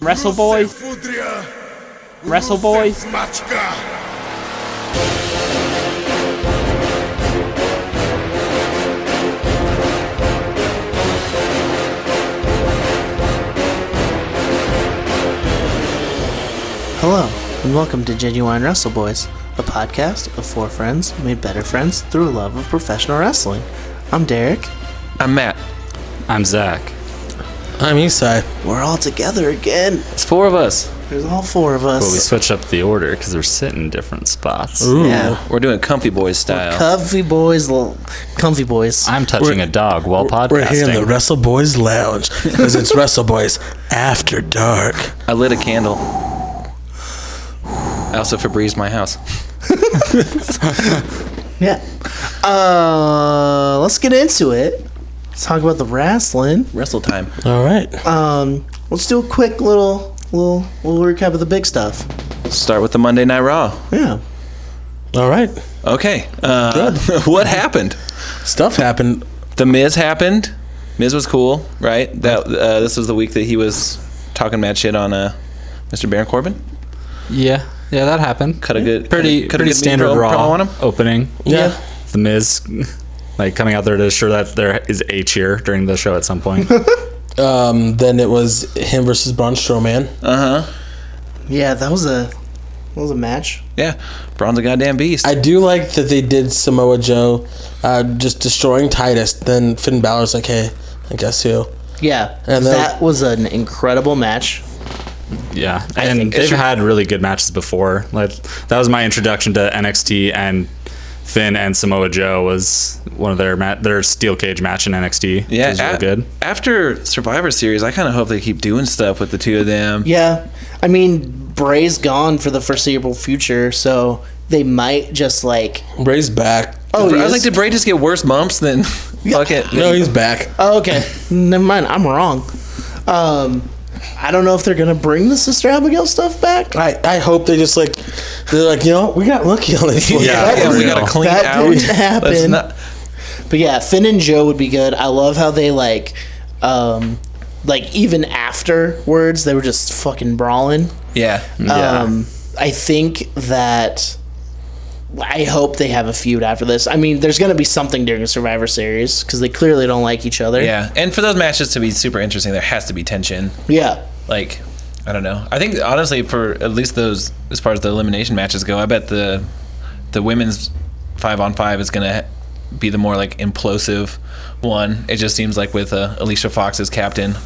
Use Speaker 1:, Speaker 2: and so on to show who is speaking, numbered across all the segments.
Speaker 1: Wrestle Boys? Wrestle Boys?
Speaker 2: Hello, and welcome to Genuine Wrestle Boys, a podcast of four friends made better friends through a love of professional wrestling. I'm Derek.
Speaker 3: I'm Matt.
Speaker 4: I'm Zach.
Speaker 5: I'm Isai.
Speaker 2: We're all together again.
Speaker 3: It's four of us.
Speaker 2: There's all four of
Speaker 4: But we
Speaker 2: us.
Speaker 4: switched up the order because we're sitting in different spots.
Speaker 2: Yeah.
Speaker 3: We're doing comfy boys style.
Speaker 2: Comfy boys, l- comfy boys.
Speaker 4: I'm touching a dog while podcasting.
Speaker 5: We're here in the Wrestle Boys Lounge because it's Wrestle Boys After Dark.
Speaker 3: I lit a candle. I also Febreze my house.
Speaker 2: Yeah. Uh, let's get into it. Let's talk about the wrestling.
Speaker 3: Wrestle time.
Speaker 5: All right.
Speaker 2: Um, let's do a quick little, little, little recap of the big stuff.
Speaker 3: Start with the Monday Night Raw.
Speaker 2: Yeah.
Speaker 5: All right.
Speaker 3: Okay. Uh, what happened?
Speaker 5: Stuff happened.
Speaker 3: The Miz happened. Miz was cool, right? That uh, this was the week that he was talking mad shit on uh, Mr. Baron Corbin.
Speaker 4: yeah, yeah, that happened.
Speaker 3: Cut a good,
Speaker 4: pretty
Speaker 3: cut a
Speaker 4: pretty
Speaker 3: good
Speaker 4: standard
Speaker 3: promo-
Speaker 4: raw
Speaker 3: promo on him.
Speaker 4: opening.
Speaker 5: Yeah.
Speaker 4: The Miz, like coming out there to assure that there is a cheer during the show at some point.
Speaker 5: Um, then it was him versus Braun Strowman.
Speaker 2: Yeah, that was a, that was a match.
Speaker 3: Yeah, Braun's a goddamn beast.
Speaker 5: I do like that they did Samoa Joe uh, just destroying Titus. Then Finn Balor's like, hey, I guess who?
Speaker 2: Yeah,
Speaker 5: And then-
Speaker 2: that was an incredible match.
Speaker 4: yeah, and
Speaker 3: think it
Speaker 4: they've
Speaker 3: should-
Speaker 4: had really good matches before. Like that was my introduction to NXT and. Finn and Samoa Joe was one of their ma- their steel cage match in NXT.
Speaker 3: yeah,
Speaker 4: which was really
Speaker 3: a-
Speaker 4: good.
Speaker 3: After Survivor Series, I kind of hope they keep doing stuff with the two of them.
Speaker 2: Yeah, I mean Bray's gone for the foreseeable future, so they might just like
Speaker 5: Bray's back.
Speaker 2: oh,
Speaker 3: I
Speaker 2: he
Speaker 3: was
Speaker 2: is?
Speaker 3: like, did Bray just get worse bumps than fucking?
Speaker 5: No, he's back.
Speaker 2: oh okay, never mind, I'm wrong. Um, I don't know if they're gonna bring the Sister Abigail stuff back.
Speaker 5: I, I hope they just like, they're like, you know what? We got lucky on this one.
Speaker 4: Yeah.
Speaker 3: yeah, we
Speaker 4: real.
Speaker 3: gotta clean
Speaker 2: That
Speaker 3: out.
Speaker 2: didn't
Speaker 3: Let's
Speaker 2: happen.
Speaker 3: not-
Speaker 2: But yeah, Finn and Joe would be good. I love how they like, um, like even afterwards they were just fucking brawling.
Speaker 3: yeah,
Speaker 2: Um, I think that I hope they have a feud after this. I mean, there's going to be something during Survivor Series because they clearly don't like each other.
Speaker 3: yeah. And for those matches to be super interesting, there has to be tension.
Speaker 2: Yeah.
Speaker 3: Like, I don't know. I think honestly, for at least those as far as the elimination matches go, I bet the the women's five on five is gonna be the more like implosive one. It just seems like with uh, Alicia Fox as captain.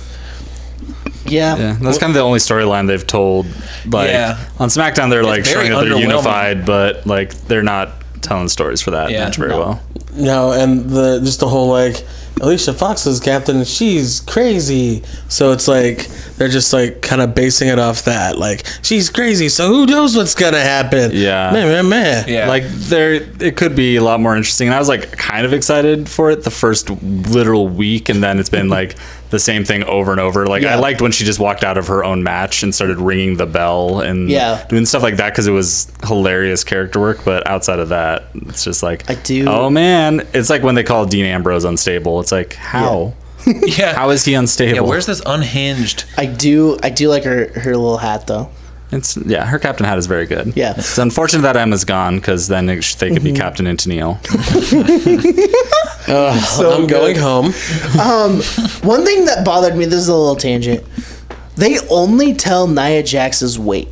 Speaker 2: Yeah.
Speaker 4: Yeah, that's kind of the only storyline they've told. Like
Speaker 3: Yeah.
Speaker 4: on SmackDown, they're like
Speaker 3: very
Speaker 4: showing that they're
Speaker 3: underwhelming.
Speaker 4: unified, but like they're not telling stories for that
Speaker 3: Yeah.
Speaker 4: match very well.
Speaker 5: No, and the just the whole like Alicia Fox is captain, she's crazy. So it's like they're just like kind of basing it off that, like she's crazy. So who knows what's gonna happen?
Speaker 4: Yeah.
Speaker 5: man, man, man.
Speaker 3: Yeah.
Speaker 4: Like there, it could be a lot more interesting. And I was like kind of excited for it the first literal week, and then it's been like the same thing over and over. Like I
Speaker 2: Yeah.
Speaker 4: liked when she just walked out of her own match and started ringing the bell and
Speaker 2: Yeah.
Speaker 4: doing stuff like that because it was hilarious character work. But outside of that, it's just like
Speaker 2: I do-
Speaker 4: Oh man, it's like when they call Dean Ambrose unstable. It's like how.
Speaker 3: Yeah.
Speaker 4: How is he unstable?
Speaker 3: yeah, where's this unhinged?
Speaker 2: I do. I do like her her little hat though.
Speaker 4: It's yeah, her captain hat is very good.
Speaker 2: Yeah. Mm-hmm.
Speaker 4: it's unfortunate that Emma's gone because then it, sh- they could be captain into Neil.
Speaker 5: I'm going home.
Speaker 2: One thing that bothered me. This is a little tangent. They only tell Nia Jax's weight.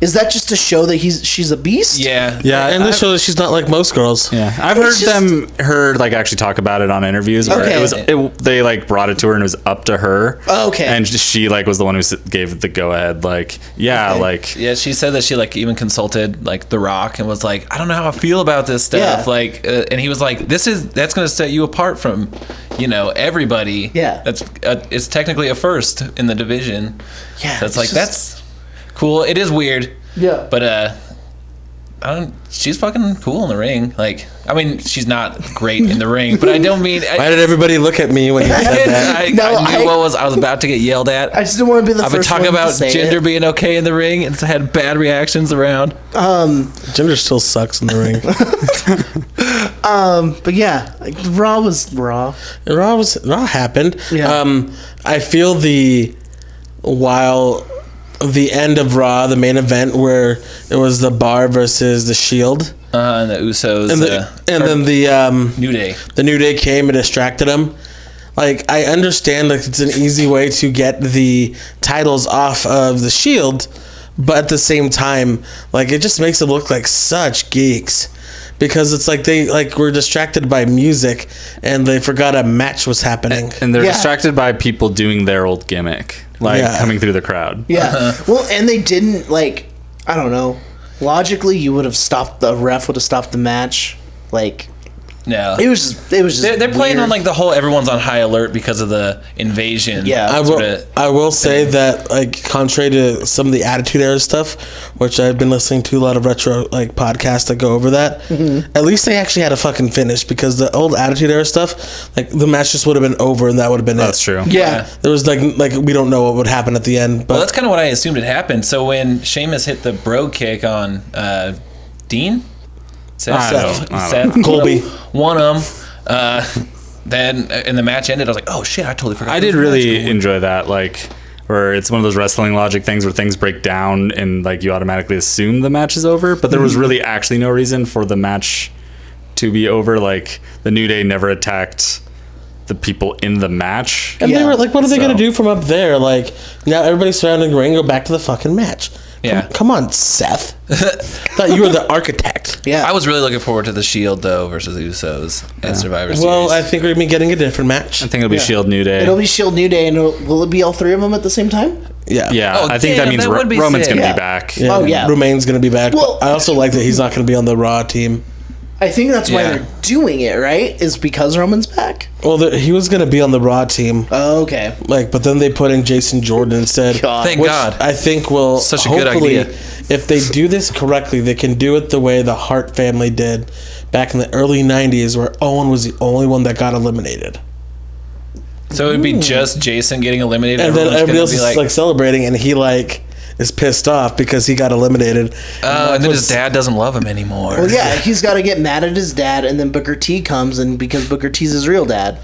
Speaker 2: Is that just to show that he's she's a beast?
Speaker 3: Yeah.
Speaker 4: Yeah,
Speaker 5: and this shows she's not like most girls.
Speaker 4: yeah, I've heard
Speaker 2: just-
Speaker 4: them her like actually talk about it on interviews where
Speaker 2: Okay.
Speaker 4: it was it, they like brought it to her and it was up to her.
Speaker 2: Okay.
Speaker 4: and she like was the one who s- gave the go ahead. Like yeah, like
Speaker 3: Yeah, she said that she like even consulted like The Rock and was like, I don't know how I feel about this stuff.
Speaker 2: Yeah.
Speaker 3: Like, uh, and he was like, this is that's gonna set you apart from, you know, everybody.
Speaker 2: Yeah.
Speaker 3: that's uh, it's technically a first in the division.
Speaker 2: Yeah,
Speaker 3: that's
Speaker 2: it's
Speaker 3: like
Speaker 2: just-
Speaker 3: that's cool. It is weird.
Speaker 2: Yeah.
Speaker 3: but uh. I don't, she's fucking cool in the ring. Like, I mean, she's not great in the ring, but I don't mean.
Speaker 5: Why
Speaker 3: I,
Speaker 5: did everybody look at me when you
Speaker 3: I,
Speaker 5: said that?
Speaker 3: I,
Speaker 2: No,
Speaker 3: I
Speaker 2: I-
Speaker 3: knew what was. I was about to get yelled at.
Speaker 2: I just didn't want to be the
Speaker 3: I've been
Speaker 2: first
Speaker 3: talking
Speaker 2: one to
Speaker 3: about
Speaker 2: say
Speaker 3: gender
Speaker 2: it.
Speaker 3: being okay in the ring and it's had bad reactions around.
Speaker 2: Um,
Speaker 5: Ginger still sucks in the ring.
Speaker 2: But yeah, like, Raw was Raw.
Speaker 5: Raw was Raw happened.
Speaker 2: Yeah.
Speaker 5: Um, I feel the while the end of Raw, the main event where it was the Bar versus the Shield,
Speaker 3: Uh, and the Usos.
Speaker 5: and the,
Speaker 3: uh,
Speaker 5: and
Speaker 3: or
Speaker 5: then the um,
Speaker 3: New Day.
Speaker 5: the New Day came and distracted him. Like I understand, like it's an easy way to get the titles off of the Shield, but at the same time, like it just makes them look like such geeks, because it's like they like were distracted by music and they forgot a match was happening.
Speaker 4: and they're
Speaker 2: Yeah.
Speaker 4: distracted by people doing their old gimmick, like
Speaker 5: Yeah.
Speaker 4: coming through the crowd.
Speaker 2: Yeah.
Speaker 3: Uh-huh.
Speaker 2: Well, and they didn't like. I don't know. Logically, you would have stopped the ref. Would have stopped the match. Like
Speaker 3: No.
Speaker 2: it was. Just, it was just.
Speaker 3: They're, they're playing
Speaker 2: weird.
Speaker 3: on like the whole everyone's on high alert because of the invasion.
Speaker 2: Yeah.
Speaker 5: I
Speaker 3: sort
Speaker 5: will,
Speaker 3: of-
Speaker 5: I will say that like contrary to some of the attitude era stuff which i've been listening to a lot of retro like podcasts that go over that at least they actually had a fucking finish because the old attitude era stuff like the match just would have been over and that would have been
Speaker 4: That's
Speaker 5: it.
Speaker 4: true.
Speaker 2: Yeah.
Speaker 5: there was like n- like we don't know what would happen at the end but
Speaker 3: Well, that's kind of what I assumed had happened. So when Sheamus hit the bro kick on uh, Dean, Seth,
Speaker 4: I don't- I don't
Speaker 3: Seth,
Speaker 5: Colby.
Speaker 3: one of them. Uh, then uh, and the match ended. I was like, oh shit, I totally forgot.
Speaker 4: I
Speaker 3: this
Speaker 4: did
Speaker 3: match.
Speaker 4: really enjoy that, like where it's one of those wrestling logic things where things break down and like you automatically assume the match is over, but there was really actually no reason for the match to be over. Like the New Day never attacked the people in the match.
Speaker 5: and they
Speaker 2: yeah,
Speaker 5: were like what are they
Speaker 4: so-
Speaker 5: gonna do from up there like now everybody's surrounding the ring go back to the fucking match
Speaker 3: Yeah.
Speaker 5: come, come on seth thought you were the architect
Speaker 2: Yeah.
Speaker 3: I was really looking forward to the Shield though versus Usos at Survivor Series.
Speaker 5: well i think we're gonna be getting a different match
Speaker 4: I think it'll be Shield New Day.
Speaker 2: It'll be Shield New Day, and it'll, will it be all three of them at the same time?
Speaker 5: yeah
Speaker 4: yeah,
Speaker 3: Oh,
Speaker 4: I think
Speaker 3: damn,
Speaker 4: that means
Speaker 3: that
Speaker 4: Ro-
Speaker 3: would be
Speaker 4: Roman's
Speaker 3: sick.
Speaker 4: gonna
Speaker 2: Yeah.
Speaker 4: be back.
Speaker 5: Yeah,
Speaker 2: Oh, yeah.
Speaker 5: Romaine's gonna be back.
Speaker 2: Well-
Speaker 5: I also like that he's not gonna be on the Raw team.
Speaker 2: I think that's why
Speaker 3: Yeah.
Speaker 2: they're doing it, right? Is because Roman's back.
Speaker 5: Well, the, he was gonna be on the Raw team,
Speaker 2: Okay.
Speaker 5: like, but then they put in Jason Jordan instead.
Speaker 2: God.
Speaker 3: Thank
Speaker 5: which
Speaker 3: God.
Speaker 5: I think will
Speaker 3: Such a good
Speaker 5: hopefully,
Speaker 3: idea.
Speaker 5: if they do this correctly, they can do it the way the Hart family did back in the early '90s, where Owen was the only one that got eliminated,
Speaker 3: so it would be just Jason getting eliminated.
Speaker 5: and then
Speaker 3: everyone's
Speaker 5: everybody
Speaker 3: gonna
Speaker 5: else
Speaker 3: be
Speaker 5: is like, celebrating, and he like is pissed off because he got eliminated.
Speaker 3: oh, and then his
Speaker 5: that's
Speaker 3: dad doesn't love him anymore.
Speaker 2: Well, yeah, he's got to get mad at his dad, and then Booker T comes, and because Booker T's his real dad.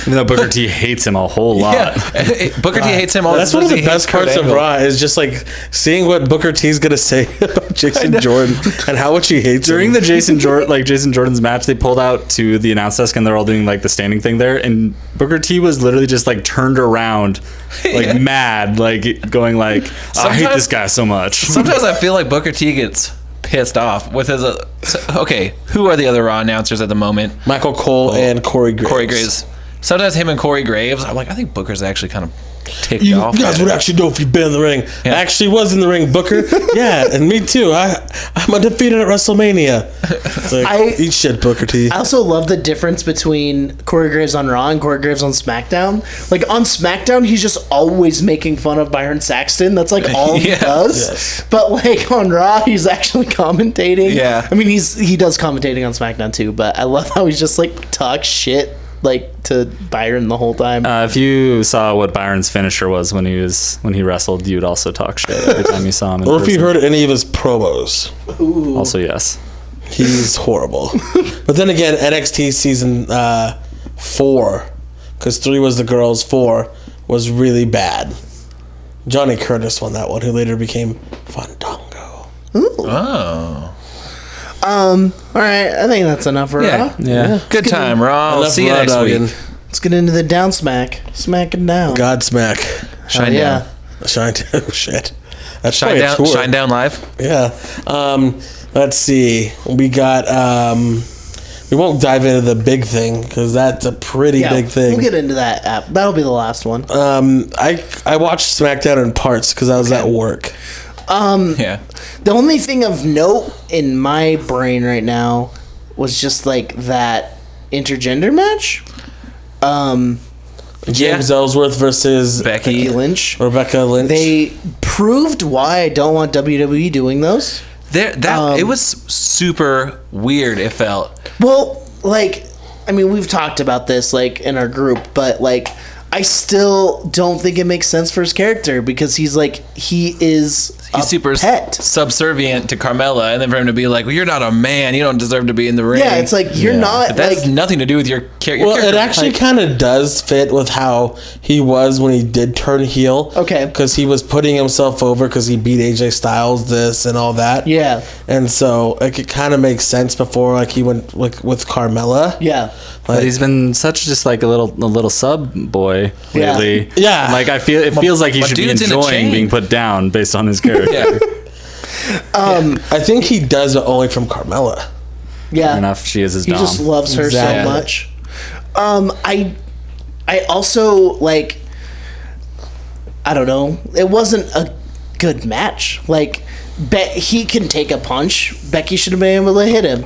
Speaker 4: Even though Booker T hates him a whole lot.
Speaker 3: Yeah. Uh, Booker T hates him all.
Speaker 5: That's
Speaker 3: the
Speaker 5: one
Speaker 3: time.
Speaker 5: of the
Speaker 3: He hates
Speaker 5: best
Speaker 3: Kurt
Speaker 5: parts of
Speaker 3: Angle.
Speaker 5: Raw is just like seeing what Booker T's gonna say about Jason Jordan and how much he hates
Speaker 4: During
Speaker 5: him.
Speaker 4: the Jason Jordan like Jason Jordan's match, they pulled out to the announce desk and they're all doing like the standing thing there, and Booker T was literally just like turned around, like mad, like going like, "I hate
Speaker 3: Sometimes-
Speaker 4: this guy so much."
Speaker 3: Sometimes I feel like Booker T gets pissed off with his. Uh, so- okay, who are the other Raw announcers at the moment?
Speaker 5: Michael Cole and Corey Graves.
Speaker 3: Corey Graves. Sometimes him and Corey Graves. I'm like, I think Booker's actually kind of ticked
Speaker 5: You
Speaker 3: off.
Speaker 5: guys
Speaker 3: at
Speaker 5: would
Speaker 3: it.
Speaker 5: actually know if you've been in the ring. I actually was in the ring, Booker. yeah, and me too. I I'm undefeated at WrestleMania. It's like,
Speaker 2: I-
Speaker 5: eat shit, Booker T.
Speaker 2: I also love the difference between Corey Graves on Raw and Corey Graves on SmackDown. Like on SmackDown, he's just always making fun of Byron Saxton. That's like all he
Speaker 3: Yeah.
Speaker 2: does. But like on Raw, he's actually commentating.
Speaker 3: Yeah.
Speaker 2: I mean, he's he does commentating on SmackDown too. But I love how he's just like talk shit like to Byron the whole time.
Speaker 4: Uh, if you saw what Byron's finisher was when he was when he wrestled, you'd also talk shit every time you saw him. In
Speaker 5: or if you
Speaker 4: person.
Speaker 5: heard any of his promos,
Speaker 4: also yes.
Speaker 5: he's horrible. but then again, NXT season uh, four, because three was the girls, four was really bad. Johnny Curtis won that one, who later became Fandango.
Speaker 3: Oh,
Speaker 2: um. All right. I think that's enough for
Speaker 3: yeah,
Speaker 2: Raw.
Speaker 4: Yeah.
Speaker 3: Good time, Raw. We'll
Speaker 5: Enough
Speaker 3: see you
Speaker 5: Raw
Speaker 3: next
Speaker 5: dogging.
Speaker 3: week.
Speaker 2: Let's get into the down smack. Smack it down.
Speaker 5: Godsmack.
Speaker 3: Shine
Speaker 2: yeah.
Speaker 3: down.
Speaker 5: Shine down. Oh, shit. That's
Speaker 3: Shine
Speaker 5: probably a
Speaker 3: down.
Speaker 5: tour.
Speaker 3: Shine down live.
Speaker 5: Yeah. Um, let's see. We got. Um, we won't dive into the big thing because that's a pretty
Speaker 2: Yeah,
Speaker 5: big thing.
Speaker 2: We'll get into that app. That'll be the last one.
Speaker 5: um, I I watched SmackDown in parts because I was at work. Mm.
Speaker 3: Yeah.
Speaker 2: The only thing of note in my brain right now was just like that intergender match. Um,
Speaker 5: James Ellsworth versus
Speaker 3: Becky.
Speaker 2: Becky Lynch.
Speaker 5: Rebecca Lynch.
Speaker 2: They proved why I don't want WWE doing those.
Speaker 3: There, that
Speaker 2: Um,
Speaker 3: it was super weird. It felt.
Speaker 2: Well, like, I mean, we've talked about this like in our group, but like, I still don't think it makes sense for his character because he's like he is
Speaker 3: he's super s-
Speaker 2: pet.
Speaker 3: subservient to Carmella, and then for him to be like, well, "You're not a man. You don't deserve to be in the ring."
Speaker 2: Yeah, it's like you're
Speaker 4: Yeah.
Speaker 2: not
Speaker 3: But that
Speaker 2: like
Speaker 3: has nothing to do with your, char- your
Speaker 5: Well, it
Speaker 3: character.
Speaker 5: actually
Speaker 3: Like,
Speaker 5: kind of does fit with how he was when he did turn heel.
Speaker 2: Okay.
Speaker 5: Because he was putting himself over because he beat AJ Styles this and all that.
Speaker 2: yeah,
Speaker 5: And so like, it kind of makes sense before like he went like with Carmella.
Speaker 2: yeah.
Speaker 4: But he's been such just like a little a little sub boy
Speaker 2: Yeah.
Speaker 4: lately.
Speaker 5: Yeah.
Speaker 4: Like I feel it feels like he
Speaker 3: my
Speaker 4: should be
Speaker 3: dude's in a
Speaker 4: enjoying
Speaker 3: chain.
Speaker 4: being put down based on his character.
Speaker 3: yeah.
Speaker 5: I think he does it only from Carmella.
Speaker 2: Yeah.
Speaker 4: Fair enough, she is his
Speaker 2: He
Speaker 4: dom.
Speaker 2: just loves her
Speaker 5: Exactly.
Speaker 2: so much. Um, I, I also like. I don't know. It wasn't a good match. Like, bet he can take a punch. Becky should have been able to hit him.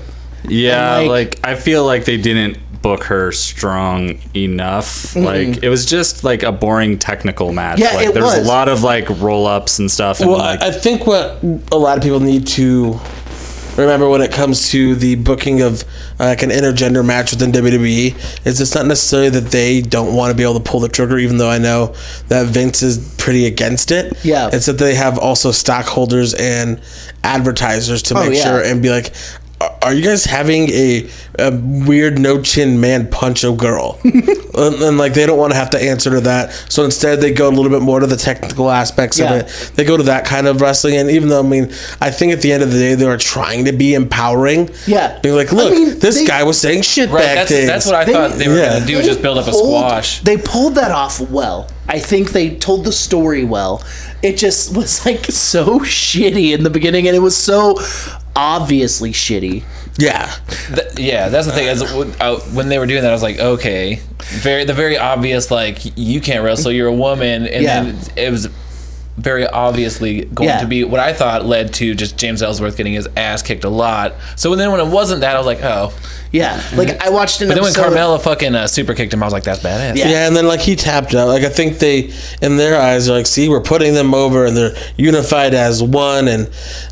Speaker 4: yeah,
Speaker 2: and, like-
Speaker 4: like, I feel like they didn't book her strong enough. Like it was just like a boring technical match.
Speaker 2: Yeah,
Speaker 4: like
Speaker 2: it
Speaker 4: there's
Speaker 2: was.
Speaker 4: a lot of like roll ups and stuff and
Speaker 5: Well,
Speaker 4: like
Speaker 5: I, I think what a lot of people need to remember when it comes to the booking of uh, like an intergender match within WWE is it's not necessarily that they don't want to be able to pull the trigger, even though I know that Vince is pretty against it.
Speaker 2: Yeah.
Speaker 5: it's that they have also stockholders and advertisers to
Speaker 2: Oh,
Speaker 5: make
Speaker 2: yeah.
Speaker 5: sure and be like. "Are- Are you guys having a, a weird no chin man punch a girl? and, and like they don't want to have to answer to that, so instead they go a little bit more to the technical aspects
Speaker 2: Yeah.
Speaker 5: of it they go to that kind of wrestling and even though i mean i think at the end of the day they were trying to be empowering
Speaker 2: Yeah.
Speaker 5: being like look
Speaker 2: mean,
Speaker 5: this
Speaker 2: they-
Speaker 5: guy was saying shit
Speaker 3: Right.
Speaker 5: back
Speaker 3: That's,
Speaker 5: things
Speaker 3: that's what I
Speaker 2: They-
Speaker 3: thought they were
Speaker 5: yeah.
Speaker 3: going to do. is Just build up a
Speaker 2: pulled-
Speaker 3: squash.
Speaker 2: They pulled that off well. I think they told the story well. It just was like so shitty in the beginning, and it was so obviously shitty.
Speaker 5: yeah
Speaker 3: Th- yeah, that's the thing. Is when, I, when they were doing that, I was like, okay, very the very obvious like you can't wrestle, you're a woman, and
Speaker 2: Yeah.
Speaker 3: then it was very obviously going
Speaker 2: Yeah.
Speaker 3: to be what I thought led to just James Ellsworth getting his ass kicked a lot. So then when it wasn't that, I was like, oh.
Speaker 2: Yeah, like I watched an
Speaker 3: But then when
Speaker 2: episode. of-
Speaker 3: Carmella fucking uh, super kicked him, I was like, that's badass.
Speaker 2: Yeah.
Speaker 5: yeah. and then like he tapped out like i think they in their eyes are like see we're putting them over and they're unified as one and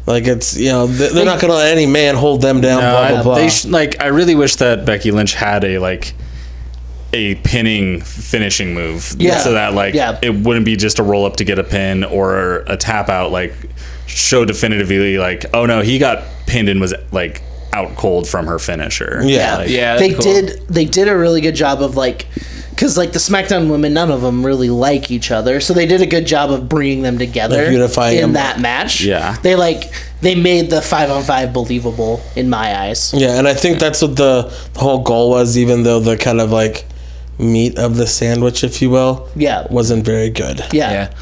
Speaker 5: like it's you know th- they're not gonna let any man hold them down
Speaker 4: No,
Speaker 5: blah
Speaker 4: I-
Speaker 5: blah blah
Speaker 4: They sh- like I really wish that Becky Lynch had a like a pinning finishing move.
Speaker 2: Yeah.
Speaker 4: So that like
Speaker 2: Yeah.
Speaker 4: it wouldn't be just a roll up to get a pin or a tap out like show definitively like oh no he got pinned and was like out cold from her finisher.
Speaker 5: Yeah.
Speaker 4: Like,
Speaker 3: Yeah, that'd
Speaker 2: they
Speaker 3: be cool.
Speaker 2: did they did a really good job of like because like the SmackDown women, none of them really like each other, so they did a good job of bringing them together,
Speaker 5: Like unifying
Speaker 2: in
Speaker 5: them.
Speaker 2: that match.
Speaker 4: Yeah.
Speaker 2: they like they made the five on five believable in my eyes.
Speaker 5: Yeah, and I think that's what the, the whole goal was, even though the kind of like meat of the sandwich, if you will,
Speaker 2: Yeah.
Speaker 5: wasn't very good.
Speaker 2: Yeah,
Speaker 3: Yeah.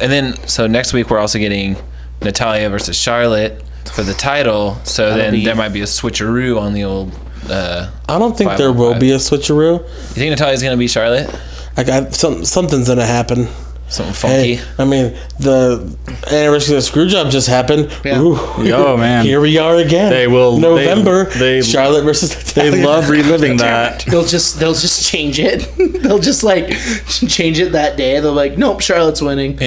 Speaker 3: And then so next week we're also getting Natalia versus Charlotte for the title. So then
Speaker 2: be-
Speaker 3: there might be a switcheroo on the old. Uh,
Speaker 5: I don't think
Speaker 3: Five
Speaker 5: there
Speaker 3: on
Speaker 5: will
Speaker 3: five.
Speaker 5: be a switcheroo.
Speaker 3: you think Natalia's gonna be Charlotte?
Speaker 5: Like I, some, something's gonna happen.
Speaker 3: Something funky.
Speaker 5: Hey, I mean the anniversary of the screw job just happened.
Speaker 2: Yeah.
Speaker 5: Ooh,
Speaker 4: Yo, man.
Speaker 5: here we are again.
Speaker 4: They will- they-
Speaker 5: November.
Speaker 4: they-
Speaker 5: Charlotte versus
Speaker 4: They
Speaker 5: Natalia.
Speaker 4: love reliving that.
Speaker 2: they'll just they'll just change it. they'll just like change it that day. They're like, nope, Charlotte's winning.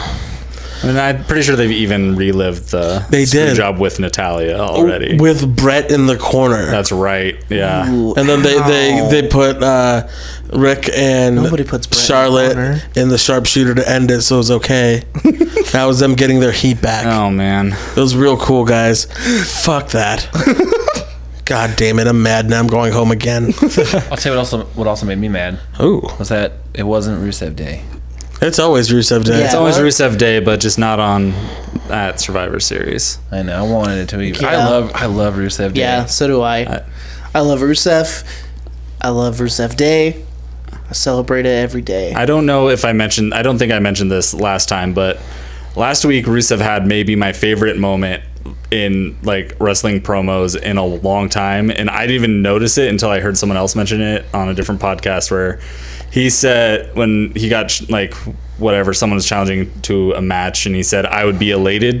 Speaker 4: I mean, I'm pretty sure they've even relived the
Speaker 5: They
Speaker 4: screw
Speaker 5: did. Oh,
Speaker 4: job with Natalia already.
Speaker 5: with Brett in the corner.
Speaker 4: That's right. Yeah.
Speaker 5: and then they, they, they put uh, Rick and
Speaker 2: Nobody puts Brett in the
Speaker 5: Charlotte
Speaker 2: corner.
Speaker 5: in the sharpshooter to end it, so it was okay. that was them getting their heat back.
Speaker 4: Oh man.
Speaker 5: It was real cool, guys. Fuck that. God damn it, I'm mad now. I'm going home again.
Speaker 3: I'll tell you what also what also made me mad
Speaker 5: Ooh,
Speaker 3: was that it wasn't Rusev Day.
Speaker 5: it's always Rusev Day.
Speaker 2: Yeah.
Speaker 4: It's always
Speaker 2: What?
Speaker 4: Rusev Day, but just not on that Survivor Series.
Speaker 3: I know. I wanted it to be. I
Speaker 2: Yeah.
Speaker 3: love I love Rusev Day.
Speaker 2: Yeah, so do I. I, love Rusev. I love Rusev Day. I celebrate it every day.
Speaker 4: I don't know if I mentioned. I don't think I mentioned this last time, but last week Rusev had maybe my favorite moment in like wrestling promos in a long time, and I didn't even notice it until I heard someone else mention it on a different podcast where he said when he got ch- like whatever someone was challenging to a match and he said i would be elated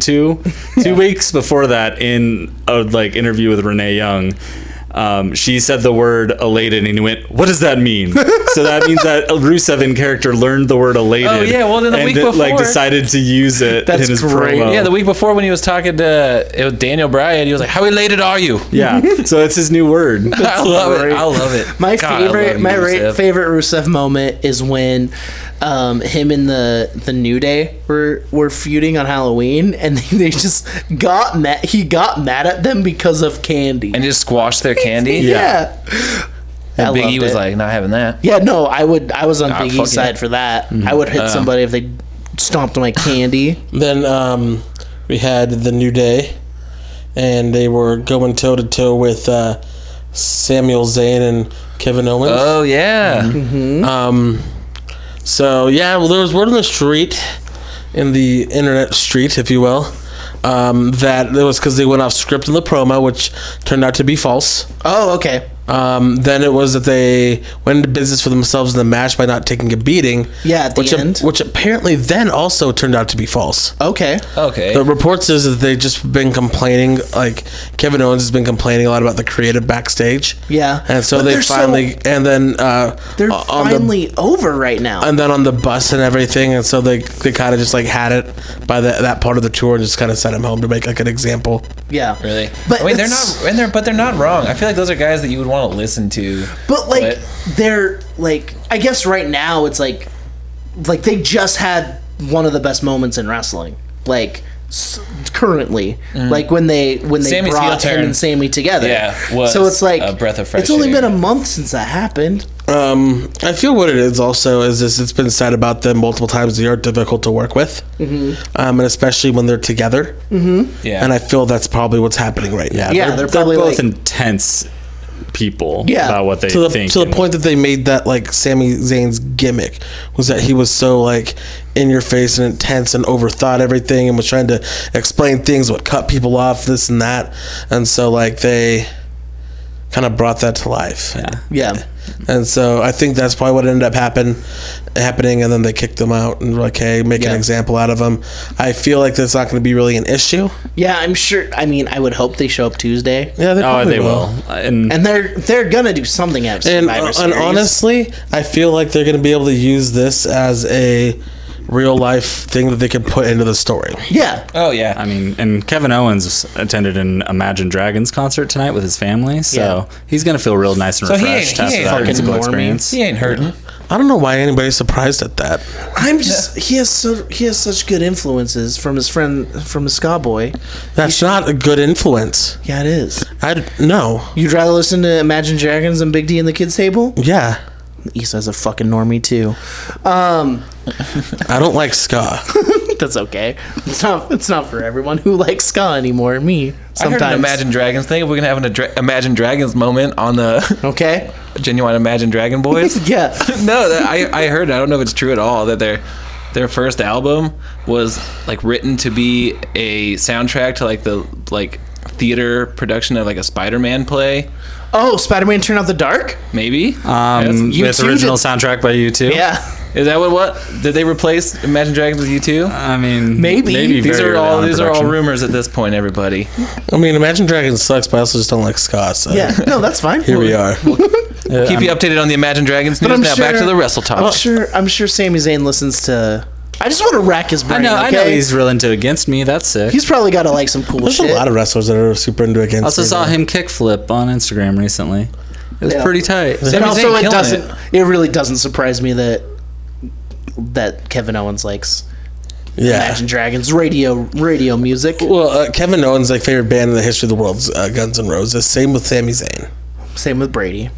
Speaker 4: to two weeks before that in a like interview with renee young um, she said the word elated and he went, What does that mean? so that means that Rusev in character learned the word elated.
Speaker 3: Oh, yeah, well, then the
Speaker 4: and
Speaker 3: week
Speaker 4: it, like
Speaker 3: before-
Speaker 4: decided to use it
Speaker 2: That's
Speaker 4: in his
Speaker 2: great.
Speaker 4: promo.
Speaker 3: Yeah, the week before when he was talking to it was Daniel Bryan, he was like, "How elated are you?"
Speaker 4: yeah. So it's his new word.
Speaker 3: I love it. I love it.
Speaker 2: my
Speaker 3: God, I love
Speaker 2: favorite,
Speaker 3: you,
Speaker 2: my ra-
Speaker 3: Rusev.
Speaker 2: favorite Rusev moment is when um, him and the the New Day were were feuding on Halloween, and they, they just got mad. He got mad at them because of candy.
Speaker 3: and just squash their candy.
Speaker 2: yeah. I
Speaker 3: And Biggie
Speaker 2: loved
Speaker 3: was
Speaker 2: it.
Speaker 3: like, not having that.
Speaker 2: yeah, no, I would. I was on
Speaker 3: Ah,
Speaker 2: Big
Speaker 3: fuck
Speaker 2: E's side
Speaker 3: yeah. Uh.
Speaker 2: for that. I would hit somebody if they stomped on my candy.
Speaker 5: Then um, we had the New Day, and they were going toe to toe with uh, Samuel Zayn and Kevin Owens.
Speaker 3: Oh yeah.
Speaker 5: Um, so yeah, well, there was word on the street, in the internet street, if you will, um, that it was because they went off script in the promo, which turned out to be false.
Speaker 2: Oh, okay.
Speaker 5: Um, then it was that they went into business for themselves in the match by not taking a beating.
Speaker 2: Yeah, at the
Speaker 5: which
Speaker 2: end.
Speaker 5: which apparently then also turned out to be false.
Speaker 2: Okay.
Speaker 3: Okay.
Speaker 5: The reports is that they've just been complaining. Like Kevin Owens has been complaining a lot about the creative backstage.
Speaker 2: Yeah.
Speaker 5: and so
Speaker 2: But
Speaker 5: they
Speaker 2: they're so-
Speaker 5: finally, and then uh,
Speaker 2: They're
Speaker 5: on the
Speaker 2: finally over right now.
Speaker 5: and then on the bus and everything and so they they kind of just like had it by the, that part of the tour and just kind of sent him home to make like an example
Speaker 2: yeah.
Speaker 3: really.
Speaker 2: But
Speaker 3: I mean, they're
Speaker 2: it's-
Speaker 3: not, and they're, but they're not wrong. I feel like those are guys that you would want to listen to.
Speaker 2: But like
Speaker 3: But-
Speaker 2: they're like I guess right now it's like like they just had one of the best moments in wrestling. Like s- currently, like when they when they
Speaker 3: Sammy's heel
Speaker 2: brought him
Speaker 3: turn.
Speaker 2: and Sammy together.
Speaker 3: Mm-hmm. Yeah, was
Speaker 2: so it's like
Speaker 3: a breath of fresh
Speaker 2: It's only
Speaker 3: air.
Speaker 2: been a month since that happened.
Speaker 5: um i feel what it is also is this it's been said about them multiple times they are difficult to work with mm-hmm. um and especially when they're together
Speaker 3: Yeah.
Speaker 5: and i feel that's probably what's happening right now
Speaker 2: Mm-hmm. Yeah, they're, probably like
Speaker 4: both intense people
Speaker 2: Yeah,
Speaker 4: about what they
Speaker 5: to the,
Speaker 4: think.
Speaker 5: to the
Speaker 4: and-
Speaker 5: point that they made that like Sami Zayn's gimmick was that he was so like in your face and intense and overthought everything and was trying to explain things what cut people off this and that and so like they kind of brought that to life yeah.
Speaker 2: yeah.
Speaker 5: and so I think that's probably what ended up happen happening and then they kicked them out and were like hey make
Speaker 2: Yeah.
Speaker 5: an example out of them I feel like that's not going to be really an
Speaker 4: Oh,
Speaker 5: issue
Speaker 2: Yeah, I'm sure I mean I would hope they show up Tuesday.
Speaker 5: yeah they
Speaker 4: oh,
Speaker 5: probably
Speaker 4: they will. And,
Speaker 2: And they're they're gonna do something at
Speaker 5: And, uh,
Speaker 2: Survivor
Speaker 5: and
Speaker 2: Series.
Speaker 5: honestly, I feel like they're going to be able to use this as a real life thing that they can put into the story.
Speaker 2: yeah,
Speaker 3: oh yeah.
Speaker 4: I mean, and Kevin Owens attended an Imagine Dragons concert tonight with his family, so he's gonna feel real nice and
Speaker 3: he
Speaker 4: refreshed
Speaker 3: ain't- he
Speaker 4: after
Speaker 3: ain't
Speaker 4: that
Speaker 3: fucking
Speaker 4: musical
Speaker 2: normie.
Speaker 4: experience.
Speaker 3: he ain't hurting.
Speaker 5: I don't know why anybody's surprised at that.
Speaker 2: I'm just he has so he has such good influences from his friend from his ska boy.
Speaker 5: That's not a good influence.
Speaker 2: Yeah, it is.
Speaker 5: I no.
Speaker 2: You'd rather listen to Imagine Dragons and Big D and the Kids Table?
Speaker 5: Yeah,
Speaker 2: Issa's a fucking normie too. Um,
Speaker 5: I don't like ska.
Speaker 2: that's okay. It's not. It's not for everyone who likes ska anymore. Me sometimes.
Speaker 3: I heard an Imagine Dragons thing. We're gonna have an Adra- Imagine Dragons moment on the
Speaker 2: Okay.
Speaker 3: genuine Imagine Dragon Boys.
Speaker 2: Yeah.
Speaker 3: no, that, I I heard. I don't know if it's true at all that their their first album was like written to be a soundtrack to like the like theater production of like a Spider-Man play,
Speaker 2: Oh, Spider-Man: Turn Out the Dark.
Speaker 3: maybe.
Speaker 4: Um,
Speaker 3: Yes.
Speaker 4: with
Speaker 2: U2
Speaker 4: original soundtrack by you too.
Speaker 2: Yeah.
Speaker 3: Is that what what did they replace Imagine Dragons with U two?
Speaker 4: I mean,
Speaker 2: Maybe.
Speaker 3: These
Speaker 4: very
Speaker 3: are
Speaker 4: early
Speaker 3: all
Speaker 4: on in
Speaker 3: these are all
Speaker 4: production.
Speaker 3: rumors at this point, everybody.
Speaker 5: I mean, Imagine Dragons sucks, but I also just don't like ska. So
Speaker 2: Yeah. No, that's fine.
Speaker 5: here we are.
Speaker 3: Keep you updated on the Imagine Dragons news.
Speaker 2: I'm
Speaker 3: Now back
Speaker 2: sure-
Speaker 3: to the wrestle talk.
Speaker 2: I'm sure. I'm sure Sami Zayn listens to. I just want to rack his brain.
Speaker 4: I know,
Speaker 2: okay?
Speaker 4: I know he's real into Against Me. That's sick.
Speaker 2: He's probably got to like some cool
Speaker 5: There's
Speaker 2: shit.
Speaker 5: a lot of wrestlers that are super into against.
Speaker 4: also
Speaker 5: me,
Speaker 4: saw
Speaker 5: though.
Speaker 4: him kickflip on Instagram recently. It was
Speaker 2: Yeah.
Speaker 4: pretty tight.
Speaker 2: and
Speaker 3: Sami Zayn
Speaker 2: also, it
Speaker 3: killing
Speaker 2: doesn't. It. really doesn't surprise me that that Kevin Owens likes
Speaker 5: Yeah.
Speaker 2: Imagine Dragons radio radio music.
Speaker 5: Well, uh, Kevin Owens' like favorite band in the history of the world's uh, Guns N' Roses. Same with Sami Zayn.
Speaker 2: Same with Brady.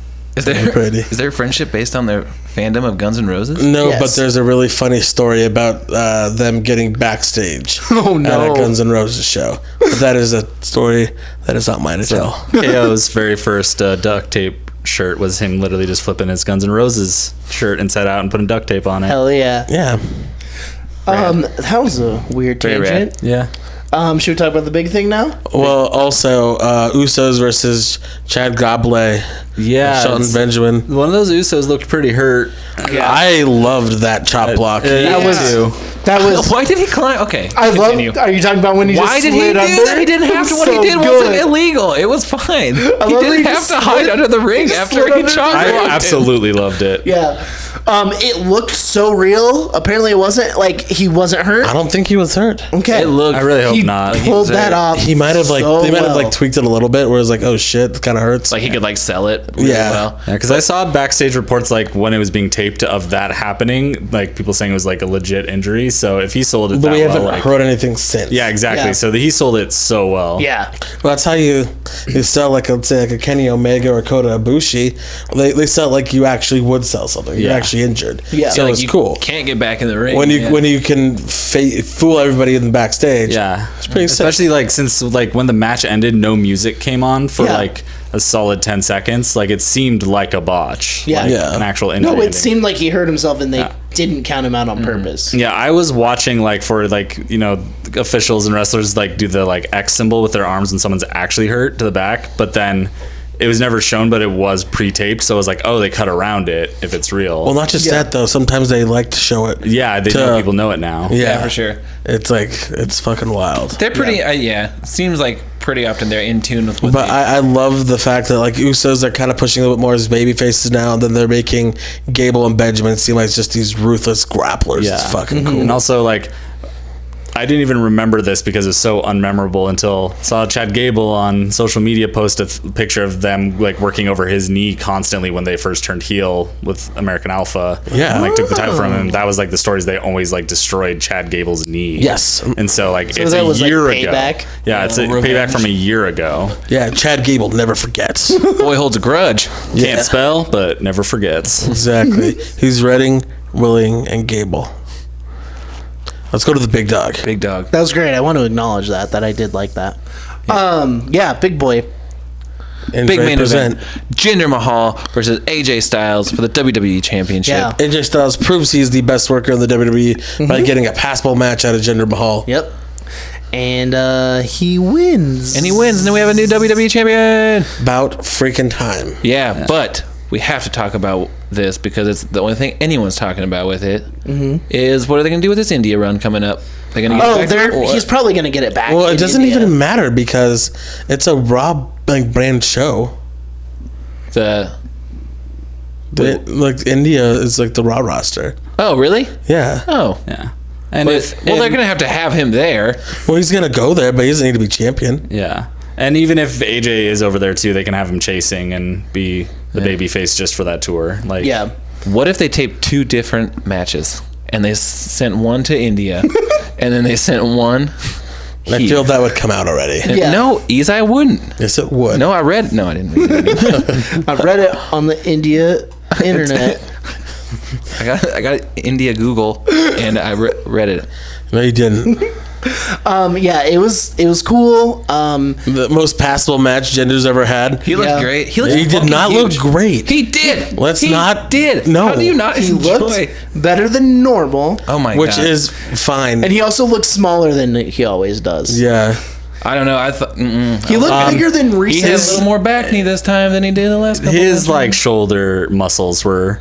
Speaker 3: Is there
Speaker 5: pretty.
Speaker 3: is there friendship based on their fandom of Guns N' Roses?
Speaker 4: Mm,
Speaker 5: No,
Speaker 2: Yes.
Speaker 5: but there's a really funny story about uh, them getting backstage
Speaker 2: Oh,
Speaker 5: at
Speaker 2: no.
Speaker 5: a Guns N' Roses show. But that is a story that is not mine to tell.
Speaker 4: KO's very first uh, duct tape shirt was him literally just flipping his Guns N' Roses shirt and set out and putting duct tape on it.
Speaker 2: Hell yeah.
Speaker 5: Yeah.
Speaker 2: Um, that was a weird
Speaker 3: Very rad.
Speaker 2: tangent.
Speaker 4: Yeah.
Speaker 2: Um, should we talk about the big thing now?
Speaker 5: Well, also uh, Usos versus Chad Goblet,
Speaker 4: Yeah.
Speaker 5: Shelton
Speaker 4: it's-
Speaker 5: Benjamin.
Speaker 4: One of those Usos looked pretty hurt.
Speaker 5: I loved that chop block.
Speaker 4: that
Speaker 2: Uh, was- That was.
Speaker 3: Why did he climb? Okay,
Speaker 2: I love.
Speaker 3: continue.
Speaker 2: Are you talking about when he
Speaker 3: Why
Speaker 2: just
Speaker 3: did he
Speaker 2: slid
Speaker 3: do
Speaker 2: under?
Speaker 3: that? He didn't have to. What
Speaker 2: So
Speaker 3: he did wasn't
Speaker 2: good.
Speaker 3: illegal. It was fine. He
Speaker 2: love
Speaker 3: didn't
Speaker 2: he
Speaker 3: have
Speaker 2: just
Speaker 3: to hide
Speaker 2: slid-
Speaker 3: under the ring
Speaker 2: he just
Speaker 3: after
Speaker 2: slid
Speaker 3: he
Speaker 2: under-
Speaker 3: chopped
Speaker 4: I
Speaker 3: blocked it.
Speaker 4: absolutely loved it.
Speaker 2: Yeah. Um, it looked so real. Apparently, it wasn't like he wasn't hurt.
Speaker 5: I don't think he was hurt.
Speaker 2: okay.
Speaker 3: It looked.
Speaker 4: I really hope
Speaker 2: he
Speaker 4: not.
Speaker 2: pulled that off.
Speaker 5: He might have like
Speaker 2: so
Speaker 5: they might have
Speaker 2: well.
Speaker 5: like tweaked it a little bit, where it's like, oh shit, kind of hurts.
Speaker 3: like he could like sell it. it really
Speaker 5: Yeah.
Speaker 3: well.
Speaker 4: Yeah, because I saw backstage reports like when it was being taped of that happening, like people saying it was like a legit injury. So if he sold it,
Speaker 5: But
Speaker 4: that
Speaker 5: we
Speaker 4: well,
Speaker 5: haven't
Speaker 4: like-
Speaker 5: heard anything since.
Speaker 4: Yeah, exactly.
Speaker 2: Yeah.
Speaker 4: So he sold it so well.
Speaker 2: Yeah.
Speaker 5: Well, that's how you you sell like a, say like a Kenny Omega or Kota Ibushi. They they sell like you actually would sell something. You're
Speaker 4: Yeah.
Speaker 5: actually injured.
Speaker 2: Yeah.
Speaker 5: so
Speaker 2: Yeah,
Speaker 3: Like,
Speaker 5: it's
Speaker 3: you
Speaker 5: cool
Speaker 3: Can't get back in the ring
Speaker 5: when you
Speaker 3: yeah.
Speaker 5: when you can fa- fool everybody in the backstage.
Speaker 4: Yeah,
Speaker 5: pretty sick.
Speaker 4: especially like since like when the match ended, no music came on for
Speaker 2: Yeah.
Speaker 4: like a solid ten seconds. Like it seemed like a botch.
Speaker 2: Yeah.
Speaker 4: like,
Speaker 5: Yeah.
Speaker 4: an actual injury.
Speaker 2: No, it
Speaker 4: ending.
Speaker 2: seemed like he hurt himself and they didn't count him out on purpose.
Speaker 4: Yeah, I was watching like for like you know officials and wrestlers like do the like X symbol with their arms when someone's actually hurt to the back, but then it was never shown, but it was pre-taped, so I was like, oh, they cut around it if it's real.
Speaker 5: Well, not just that though. Sometimes they like to show it.
Speaker 4: yeah, they
Speaker 5: to-
Speaker 4: know people know it now.
Speaker 5: Yeah.
Speaker 3: yeah, for sure.
Speaker 5: It's like it's fucking wild.
Speaker 3: They're pretty. Yeah, uh, yeah. seems like pretty often they're in tune with. What
Speaker 5: But
Speaker 3: they,
Speaker 5: I, I love the fact that like Usos are kind of pushing a little bit more as baby faces now, and then they're making Gable and Benjamin seem like just these ruthless grapplers.
Speaker 4: Yeah. Mm-hmm.
Speaker 5: It's fucking cool.
Speaker 4: And also like I didn't even remember this because it's so unmemorable until saw Chad Gable on social media post a th- picture of them like working over his knee constantly when they first turned heel with American Alpha.
Speaker 5: Yeah.
Speaker 4: and, like took the title from
Speaker 2: Oh.
Speaker 4: him. That was like the stories they always like destroyed Chad Gable's knee.
Speaker 5: Yes. Oh,
Speaker 4: and so like it's
Speaker 2: that
Speaker 4: a
Speaker 2: was, like,
Speaker 4: year ago.
Speaker 2: payback?
Speaker 4: Yeah, it's a payback from a year ago.
Speaker 5: Yeah, Chad Gable never forgets.
Speaker 3: boy holds a grudge.
Speaker 4: Can't spell, but never forgets.
Speaker 5: exactly. He's Redding, Willing, and Gable. Let's go to the big dog.
Speaker 3: Big dog.
Speaker 2: That was great. I want to acknowledge that that I did like that. Um, yeah, big boy.
Speaker 5: And
Speaker 3: Big
Speaker 5: Trey
Speaker 3: main
Speaker 5: present.
Speaker 3: event: Jinder Mahal versus AJ Styles for the WWE Championship.
Speaker 2: Yeah.
Speaker 5: AJ Styles proves he's the best worker in the WWE
Speaker 3: Mm-hmm.
Speaker 5: by getting a passable match out of Jinder Mahal.
Speaker 2: Yep. And uh, he wins.
Speaker 3: And he wins, and then we have a new WWE champion.
Speaker 5: About freaking time.
Speaker 3: Yeah, but we have to talk about this because it's the only thing anyone's talking about with it. Is what are they going to do with this India run coming up? They're going to
Speaker 2: Mm-hmm. Oh, there. He's probably gonna get it back.
Speaker 5: Well,
Speaker 2: in
Speaker 5: it doesn't
Speaker 2: India.
Speaker 5: even matter because it's a raw like brand show.
Speaker 3: the.
Speaker 5: It- like India is like the raw roster.
Speaker 3: Oh, really?
Speaker 5: Yeah.
Speaker 3: Oh,
Speaker 4: Yeah, and
Speaker 3: but,
Speaker 4: if
Speaker 3: well, they're
Speaker 4: and-
Speaker 3: going to have to have him there.
Speaker 5: Well, he's gonna go there, but he doesn't need to be champion.
Speaker 4: Yeah. And even if AJ is over there too, they can have him chasing and be the baby face just for that tour. Like
Speaker 2: Yeah.
Speaker 3: What if they taped two different matches and they s- sent one to India, and then they sent one?
Speaker 5: I feel that would come out already.
Speaker 2: Yeah.
Speaker 3: No, Izai wouldn't.
Speaker 5: Yes, it would.
Speaker 3: No, I read. No, I didn't read it.
Speaker 2: I read it on the India internet.
Speaker 3: I got I got India Google and I re- read it.
Speaker 5: no, you didn't.
Speaker 2: um, yeah, it was it was cool. Um,
Speaker 5: the most passable match Jinder's ever had.
Speaker 3: He looked
Speaker 2: Yeah.
Speaker 3: great. He, looked
Speaker 5: He did
Speaker 3: fucking
Speaker 5: not
Speaker 3: huge.
Speaker 5: look great.
Speaker 3: He did.
Speaker 5: Let's
Speaker 3: He
Speaker 5: not-
Speaker 3: Did
Speaker 5: no.
Speaker 3: How do you not
Speaker 2: he
Speaker 3: enjoy?
Speaker 2: looked better than normal.
Speaker 3: oh my
Speaker 5: which
Speaker 3: god.
Speaker 5: is fine.
Speaker 2: And he also looked smaller than he always does.
Speaker 5: yeah.
Speaker 3: I don't know. I thought mm-mm.
Speaker 2: He looked bigger than
Speaker 3: he had a
Speaker 2: Reese's.
Speaker 3: little more back knee this time than he did the last. Couple
Speaker 4: his
Speaker 3: of
Speaker 4: like shoulder muscles were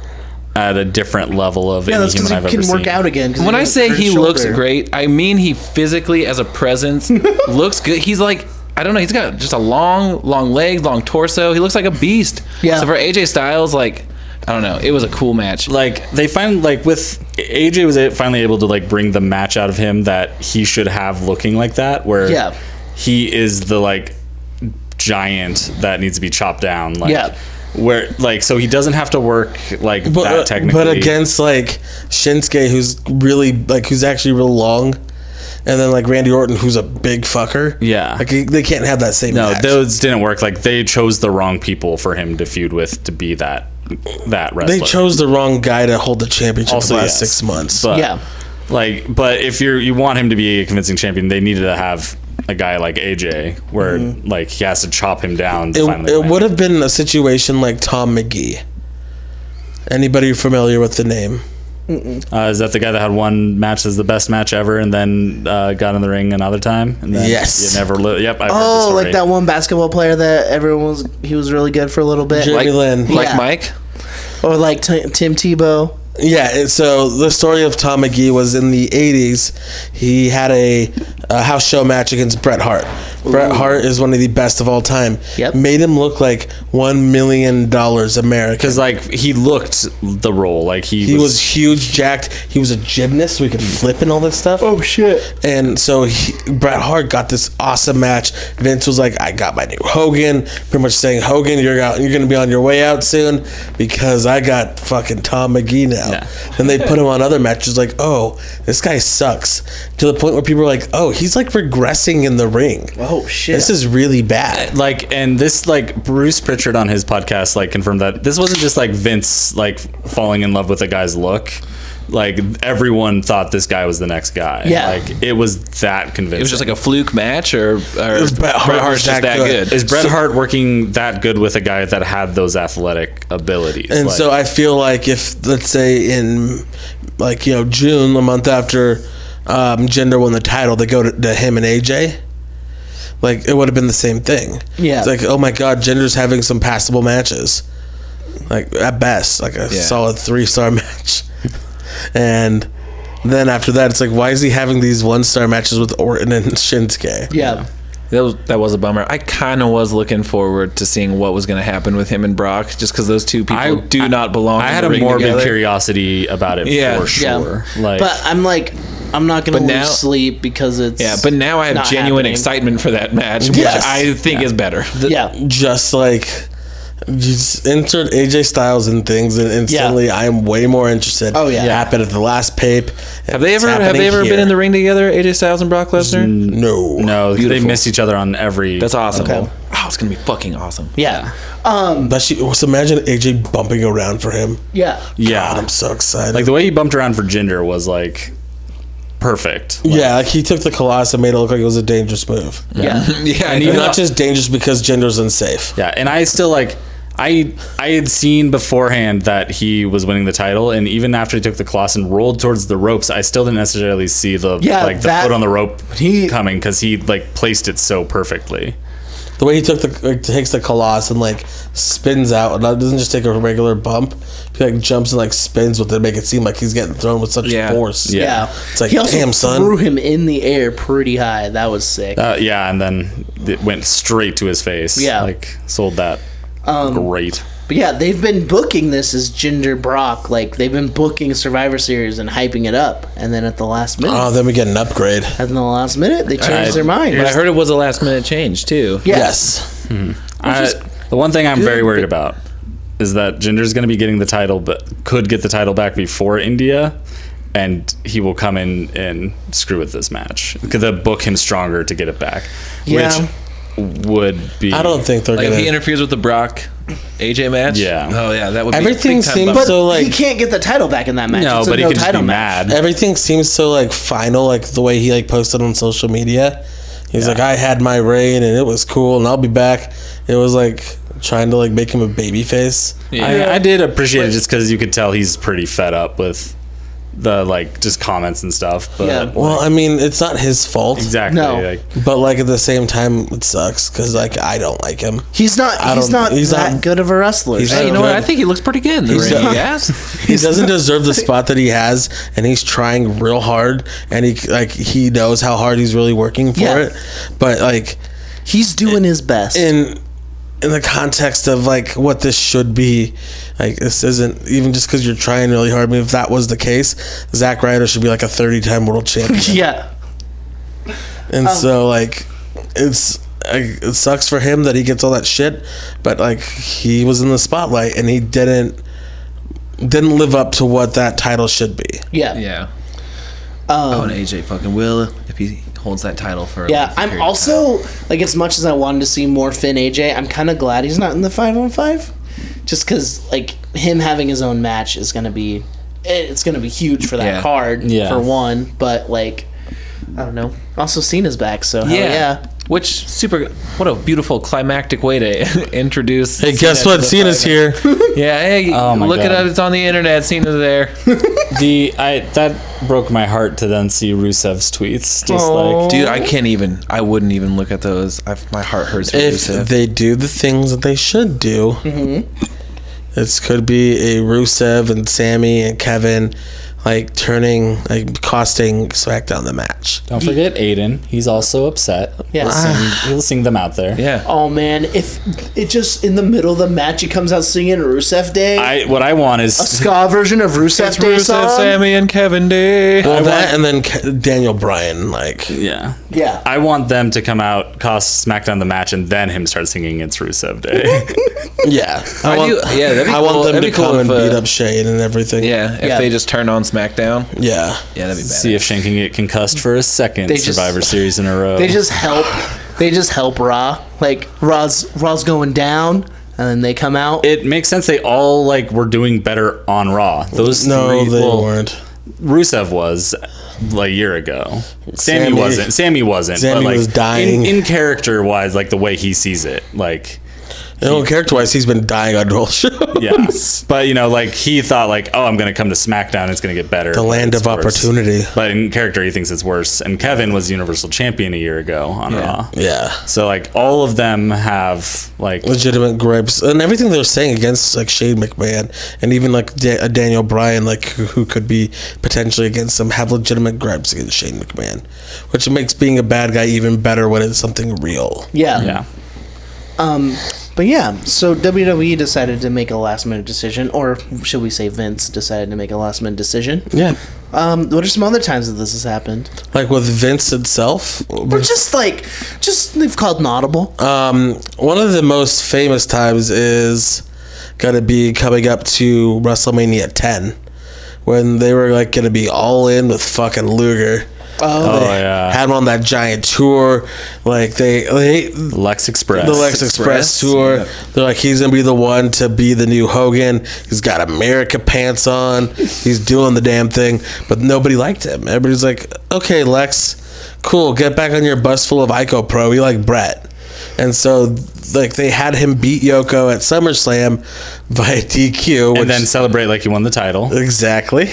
Speaker 4: at a different level of
Speaker 2: yeah,
Speaker 4: any
Speaker 2: that's
Speaker 4: human
Speaker 2: because he can
Speaker 4: I've ever
Speaker 2: work
Speaker 4: seen.
Speaker 2: out again. 'cause
Speaker 3: when I
Speaker 2: got
Speaker 3: say
Speaker 2: hurt
Speaker 3: he
Speaker 2: shoulder.
Speaker 3: looks great, I mean he physically as a presence looks good. He's like I don't know. He's got just a long, long leg, long torso. He looks like a beast.
Speaker 2: Yeah.
Speaker 3: So for AJ Styles, like I don't know. It was a cool match.
Speaker 4: Like they find like with AJ was a- finally able to like bring the match out of him that he should have looking like that, where
Speaker 2: Yeah.
Speaker 4: he is the like giant that needs to be chopped down. Like
Speaker 2: Yeah.
Speaker 4: where like so he doesn't have to work like
Speaker 2: uh,
Speaker 4: that
Speaker 5: But,
Speaker 4: technically.
Speaker 5: but against like Shinsuke, who's really like who's actually real long, and then like Randy Orton, who's a big fucker.
Speaker 4: Yeah.
Speaker 5: like he- they can't have that same.
Speaker 4: No,
Speaker 5: match.
Speaker 4: those didn't work. Like they chose the wrong people for him to feud with to be that that wrestler.
Speaker 5: they chose the wrong guy to hold the championship
Speaker 4: Also,
Speaker 5: the last
Speaker 4: yes.
Speaker 5: six months.
Speaker 4: but,
Speaker 2: Yeah.
Speaker 4: Like, but if you are you want him to be a convincing champion, they needed to have a guy like AJ, where like he has to chop him down.
Speaker 5: Mm-hmm.
Speaker 4: To
Speaker 5: it
Speaker 4: finally
Speaker 5: it
Speaker 4: win.
Speaker 5: would have been a situation like Tom McGee. Anybody familiar with the name?
Speaker 4: Uh, is that the guy that had one match as the best match ever, and then uh, got in the ring another time? And then
Speaker 5: Yes.
Speaker 4: You never. Li- yep. I've
Speaker 2: Oh,
Speaker 4: heard the
Speaker 2: like that
Speaker 4: story.
Speaker 2: one basketball player that everyone was he was really good for a little bit,
Speaker 5: Jeremy
Speaker 3: like,
Speaker 5: Lin.
Speaker 3: like
Speaker 2: Yeah.
Speaker 3: Mike.
Speaker 2: or like Ti- Tim Tebow.
Speaker 5: Yeah, and so the story of Tom McGee was in the 80s. He had a, a house show match against Bret Hart. Bret Hart is one of the best of all time.
Speaker 2: Yep.
Speaker 5: Made him look like one million dollars American.
Speaker 4: Because like he looked the role, like he,
Speaker 5: He was huge, jacked. He was a gymnast, so he could flip and all this stuff.
Speaker 2: shit.
Speaker 5: And so he, Bret Hart got this awesome match. Vince was like, "I got my new Hogan," pretty much saying, "Hogan, you're out. You're gonna be on your way out soon because I got fucking Tom McGee now."
Speaker 4: Yeah.
Speaker 5: Then they put him on other matches, like, "Oh, this guy sucks," to the point where people were like, "Oh, he's like regressing in the ring.
Speaker 2: Oh shit.
Speaker 5: This is really bad."
Speaker 4: like and this like Bruce Pritchard on his podcast like confirmed that this wasn't just like Vince like falling in love with a guy's look. Like everyone thought this guy was the next guy.
Speaker 2: Yeah.
Speaker 4: Like it was that convincing.
Speaker 3: It was just like a fluke match, or, or
Speaker 5: was Bret Hart
Speaker 3: Bret
Speaker 5: was that good.
Speaker 4: is Bret Hart working that good with a guy that had those athletic abilities?
Speaker 5: And
Speaker 4: Like,
Speaker 5: so I feel like if let's say in like you know June, a month after um, Gender won the title, they go to, to him and AJ. Like it would have been the same thing.
Speaker 2: Yeah.
Speaker 5: It's like oh my god, Gender's having some passable matches. Like at best, like a
Speaker 3: Yeah.
Speaker 5: solid three star match. and then after that, it's like why is he having these one star matches with Orton and Shinsuke?
Speaker 2: yeah.
Speaker 3: That was, that was a bummer. I kind of was looking forward to seeing what was going to happen with him and Brock, just because those two people
Speaker 4: I-
Speaker 3: do not belong.
Speaker 4: I
Speaker 3: in
Speaker 4: had
Speaker 3: the
Speaker 4: a
Speaker 3: ring
Speaker 4: morbid
Speaker 3: together.
Speaker 4: curiosity about it
Speaker 3: Yeah.
Speaker 4: for sure. Like
Speaker 2: but I'm like, I'm not gonna
Speaker 3: But
Speaker 2: lose
Speaker 3: now-
Speaker 2: sleep because it's
Speaker 3: Yeah, but now I have
Speaker 2: not
Speaker 3: genuine
Speaker 2: happening.
Speaker 3: excitement for that match, which
Speaker 5: Yes.
Speaker 3: I think is better.
Speaker 2: Yeah,
Speaker 5: just like you just insert AJ Styles and things, and instantly I'm way more interested.
Speaker 2: Oh, yeah.
Speaker 5: it happened at the last pape.
Speaker 3: Have they ever have they ever been in the ring together? AJ Styles and Brock Lesnar.
Speaker 5: No,
Speaker 4: no, they missed each other on every.
Speaker 3: That's awesome.
Speaker 2: Okay.
Speaker 3: Oh, it's gonna be fucking awesome.
Speaker 2: yeah, um,
Speaker 5: That she was imagine AJ bumping around for him.
Speaker 2: yeah.
Speaker 4: Yeah,
Speaker 5: God, I'm so excited.
Speaker 4: like the way he bumped around for Jinder was like perfect.
Speaker 5: yeah, like he took the Colossus and made it look like it was a dangerous move.
Speaker 2: Yeah.
Speaker 3: Yeah, I
Speaker 5: And
Speaker 3: know.
Speaker 5: not just dangerous because gender's unsafe.
Speaker 4: Yeah, and I still like I I had seen beforehand that he was winning the title, and even after he took the cloth and rolled towards the ropes, I still didn't necessarily see the
Speaker 2: Yeah,
Speaker 4: like the
Speaker 2: that-
Speaker 4: foot on the rope coming because he like placed it so perfectly.
Speaker 5: The way he took the like, takes the Colossus and like spins out, and that doesn't just take a regular bump. He like jumps and like spins with it, to make it seem like he's getting thrown with such
Speaker 3: Yeah.
Speaker 5: force.
Speaker 4: Yeah.
Speaker 2: Yeah.
Speaker 5: It's like,
Speaker 2: he also
Speaker 5: damn, son.
Speaker 2: threw him in the air pretty high. That was sick.
Speaker 4: Uh, yeah, and then it went straight to his face.
Speaker 2: Yeah. Um,
Speaker 4: like sold that. Great.
Speaker 2: but yeah, they've been booking this as Ginger Brock. Like they've been booking Survivor Series and hyping it up, and then at the last minute,
Speaker 5: Oh, then we get an upgrade.
Speaker 2: at the last minute, they changed their mind.
Speaker 3: But I heard it was a last minute change too.
Speaker 2: Yeah.
Speaker 5: Yes.
Speaker 4: I, the one thing I'm very worried about is that Jinder's going to be getting the title, but could get the title back before India, and he will come in and screw with this match. Could they book him stronger to get it back?
Speaker 2: Yeah.
Speaker 4: Which would be.
Speaker 5: I don't think they're
Speaker 3: Like if
Speaker 5: gonna.
Speaker 3: he interferes with the Brock AJ match.
Speaker 4: Yeah.
Speaker 3: Oh yeah, that would be
Speaker 5: Everything
Speaker 3: big time
Speaker 5: seems
Speaker 3: bummer.
Speaker 5: so
Speaker 2: he
Speaker 5: like
Speaker 2: can't get the title back in that match.
Speaker 4: No,
Speaker 2: It's a
Speaker 4: but he
Speaker 2: no
Speaker 4: could just be
Speaker 2: title match.
Speaker 4: mad.
Speaker 5: everything seems so like final, like the way he like posted on social media. He's like, I had my reign and it was cool, and I'll be back. It was like trying to like make him a baby face.
Speaker 4: I, I did appreciate it just because you could tell he's pretty fed up with the like just comments and stuff. But
Speaker 2: Yeah.
Speaker 5: Well, I mean, it's not his fault,
Speaker 4: exactly.
Speaker 2: No.
Speaker 4: Like,
Speaker 5: but like at the same time, it sucks because like I don't like him.
Speaker 2: He's not.
Speaker 5: I
Speaker 2: He's
Speaker 5: don't-
Speaker 2: not
Speaker 5: he's
Speaker 2: that
Speaker 5: not-
Speaker 2: good of a wrestler.
Speaker 5: he's
Speaker 3: Hey, you
Speaker 5: not-
Speaker 3: know what? I think he looks pretty good in the
Speaker 5: He's
Speaker 3: ring.
Speaker 5: done.
Speaker 3: Yes.
Speaker 5: He doesn't deserve the spot that he has, and he's trying real hard, and he like he knows how hard he's really working for
Speaker 2: Yeah.
Speaker 5: it. But like
Speaker 2: he's doing his best.
Speaker 5: in in the context of like what this should be like this isn't even just because you're trying really hard I mean, if that was the case Zack Ryder should be like a 30 time world champion
Speaker 2: yeah.
Speaker 5: and so like it's like, it sucks for him that he gets all that shit but like he was in the spotlight and he didn't didn't live up to what that title should be
Speaker 2: Yeah.
Speaker 3: Yeah. oh, and AJ fucking will if he holds that title for. a
Speaker 2: Yeah,
Speaker 3: lengthy
Speaker 2: I'm
Speaker 3: period of
Speaker 2: also like as much as I wanted to see more Finn AJ, I'm kind of glad he's not in the five on five, just because like him having his own match is gonna be, it- it's gonna be huge for that
Speaker 3: Yeah.
Speaker 2: card
Speaker 4: Yeah.
Speaker 2: for one. But like, I don't know. Also, Cena's back, so hell
Speaker 3: time.
Speaker 2: yeah.
Speaker 3: Which super. What a beautiful climactic way to introduce.
Speaker 5: hey guess
Speaker 3: Cena to
Speaker 5: what
Speaker 3: the
Speaker 5: Cena's
Speaker 3: fight.
Speaker 5: here
Speaker 3: Yeah. Hey,
Speaker 4: Oh my
Speaker 3: look it
Speaker 4: God.
Speaker 3: up. It's on the internet. Cena's there.
Speaker 4: the I that broke my heart to then see Rusev's tweets. Just like
Speaker 3: Dude, I can't even. I wouldn't even look at those. i my heart hurts. For
Speaker 5: if
Speaker 3: Rusev.
Speaker 5: they do the things that they should do,
Speaker 3: Mm-hmm.
Speaker 5: this could be a Rusev and Sammy and Kevin like turning like costing SmackDown the match.
Speaker 4: Don't forget Aiden. He's also upset.
Speaker 2: Yeah.
Speaker 4: He'll sing, he'll sing them out there.
Speaker 3: Yeah.
Speaker 2: Oh man, if it just in the middle of the match, he comes out singing Rusev Day,
Speaker 4: I what I want
Speaker 2: a
Speaker 4: is
Speaker 2: ska version of Rusev Day song.
Speaker 3: Sammy, and Kevin D.
Speaker 5: Well, that and then Ca- Daniel Bryan, like
Speaker 4: yeah.
Speaker 2: Yeah,
Speaker 4: I want them to come out, cost SmackDown the match, and then him start singing "It's Rusev Day."
Speaker 5: yeah, I,
Speaker 3: I
Speaker 5: want,
Speaker 3: do- yeah, that'd be
Speaker 5: I
Speaker 3: cool.
Speaker 5: want them
Speaker 3: That'd
Speaker 5: to
Speaker 3: be cool
Speaker 5: come and
Speaker 3: if, uh,
Speaker 5: beat up Shane and everything.
Speaker 3: Yeah, if
Speaker 2: Yeah.
Speaker 3: they just turn on SmackDown.
Speaker 5: yeah.
Speaker 3: Yeah, that'd be bad.
Speaker 4: See if Shane can get concussed for a second
Speaker 2: They just-
Speaker 4: Survivor Series in a row.
Speaker 2: they just help. They just help Raw. Like Raw's Raw's going down, and then they come out.
Speaker 4: it makes sense. They all like were doing better on Raw. Those
Speaker 5: No,
Speaker 4: three,
Speaker 5: they
Speaker 4: well,
Speaker 5: weren't.
Speaker 4: Rusev was like, a year ago. Sammy,
Speaker 5: Sammy-
Speaker 4: wasn't. Sammy wasn't.
Speaker 5: Sammy
Speaker 4: but, like,
Speaker 5: was dying.
Speaker 4: in, in character wise, like the way he sees it, like.
Speaker 5: No, character wise, he's been dying on Roll Show.
Speaker 4: Yeah, but you know, like he thought, like, oh, I'm gonna come to SmackDown. It's gonna get better.
Speaker 5: the land
Speaker 4: It's
Speaker 5: of
Speaker 4: worse.
Speaker 5: opportunity.
Speaker 4: But in character, he thinks it's worse. And Kevin was Universal Champion a year ago on Raw.
Speaker 5: Yeah.
Speaker 4: So like all of them have like
Speaker 5: legitimate gripes and everything they're saying against like Shane McMahon and even like da- uh, Daniel Bryan, like who, who could be potentially against them, have legitimate gripes against Shane McMahon, which makes being a bad guy even better when it's something real.
Speaker 2: yeah.
Speaker 4: yeah.
Speaker 2: Um. But yeah, so WWE decided to make a last minute decision, or should we say Vince decided to make a last minute decision.
Speaker 5: Yeah,
Speaker 2: Um. What are some other times that this has happened?
Speaker 5: like with Vince itself.
Speaker 2: Or just like, just they've called an audible.
Speaker 4: Uh,
Speaker 5: Um, one of the most famous times is gonna be coming up to WrestleMania 10. When they were like gonna be all in with fucking Luger,
Speaker 2: Oh.
Speaker 4: Oh yeah.
Speaker 5: had him on that giant tour, like they they
Speaker 4: Lex Express.
Speaker 5: the Lex Express, tour. They're like, he's gonna be the one to be the new Hogan. He's got America pants on. He's doing the damn thing, but nobody liked him. Everybody's like, okay, Lex, cool. Get back on your bus full of Ico Pro. We like Brett. And so, like, they had him beat Yoko at SummerSlam by DQ, which
Speaker 4: and then celebrate like he won the title.
Speaker 5: Exactly.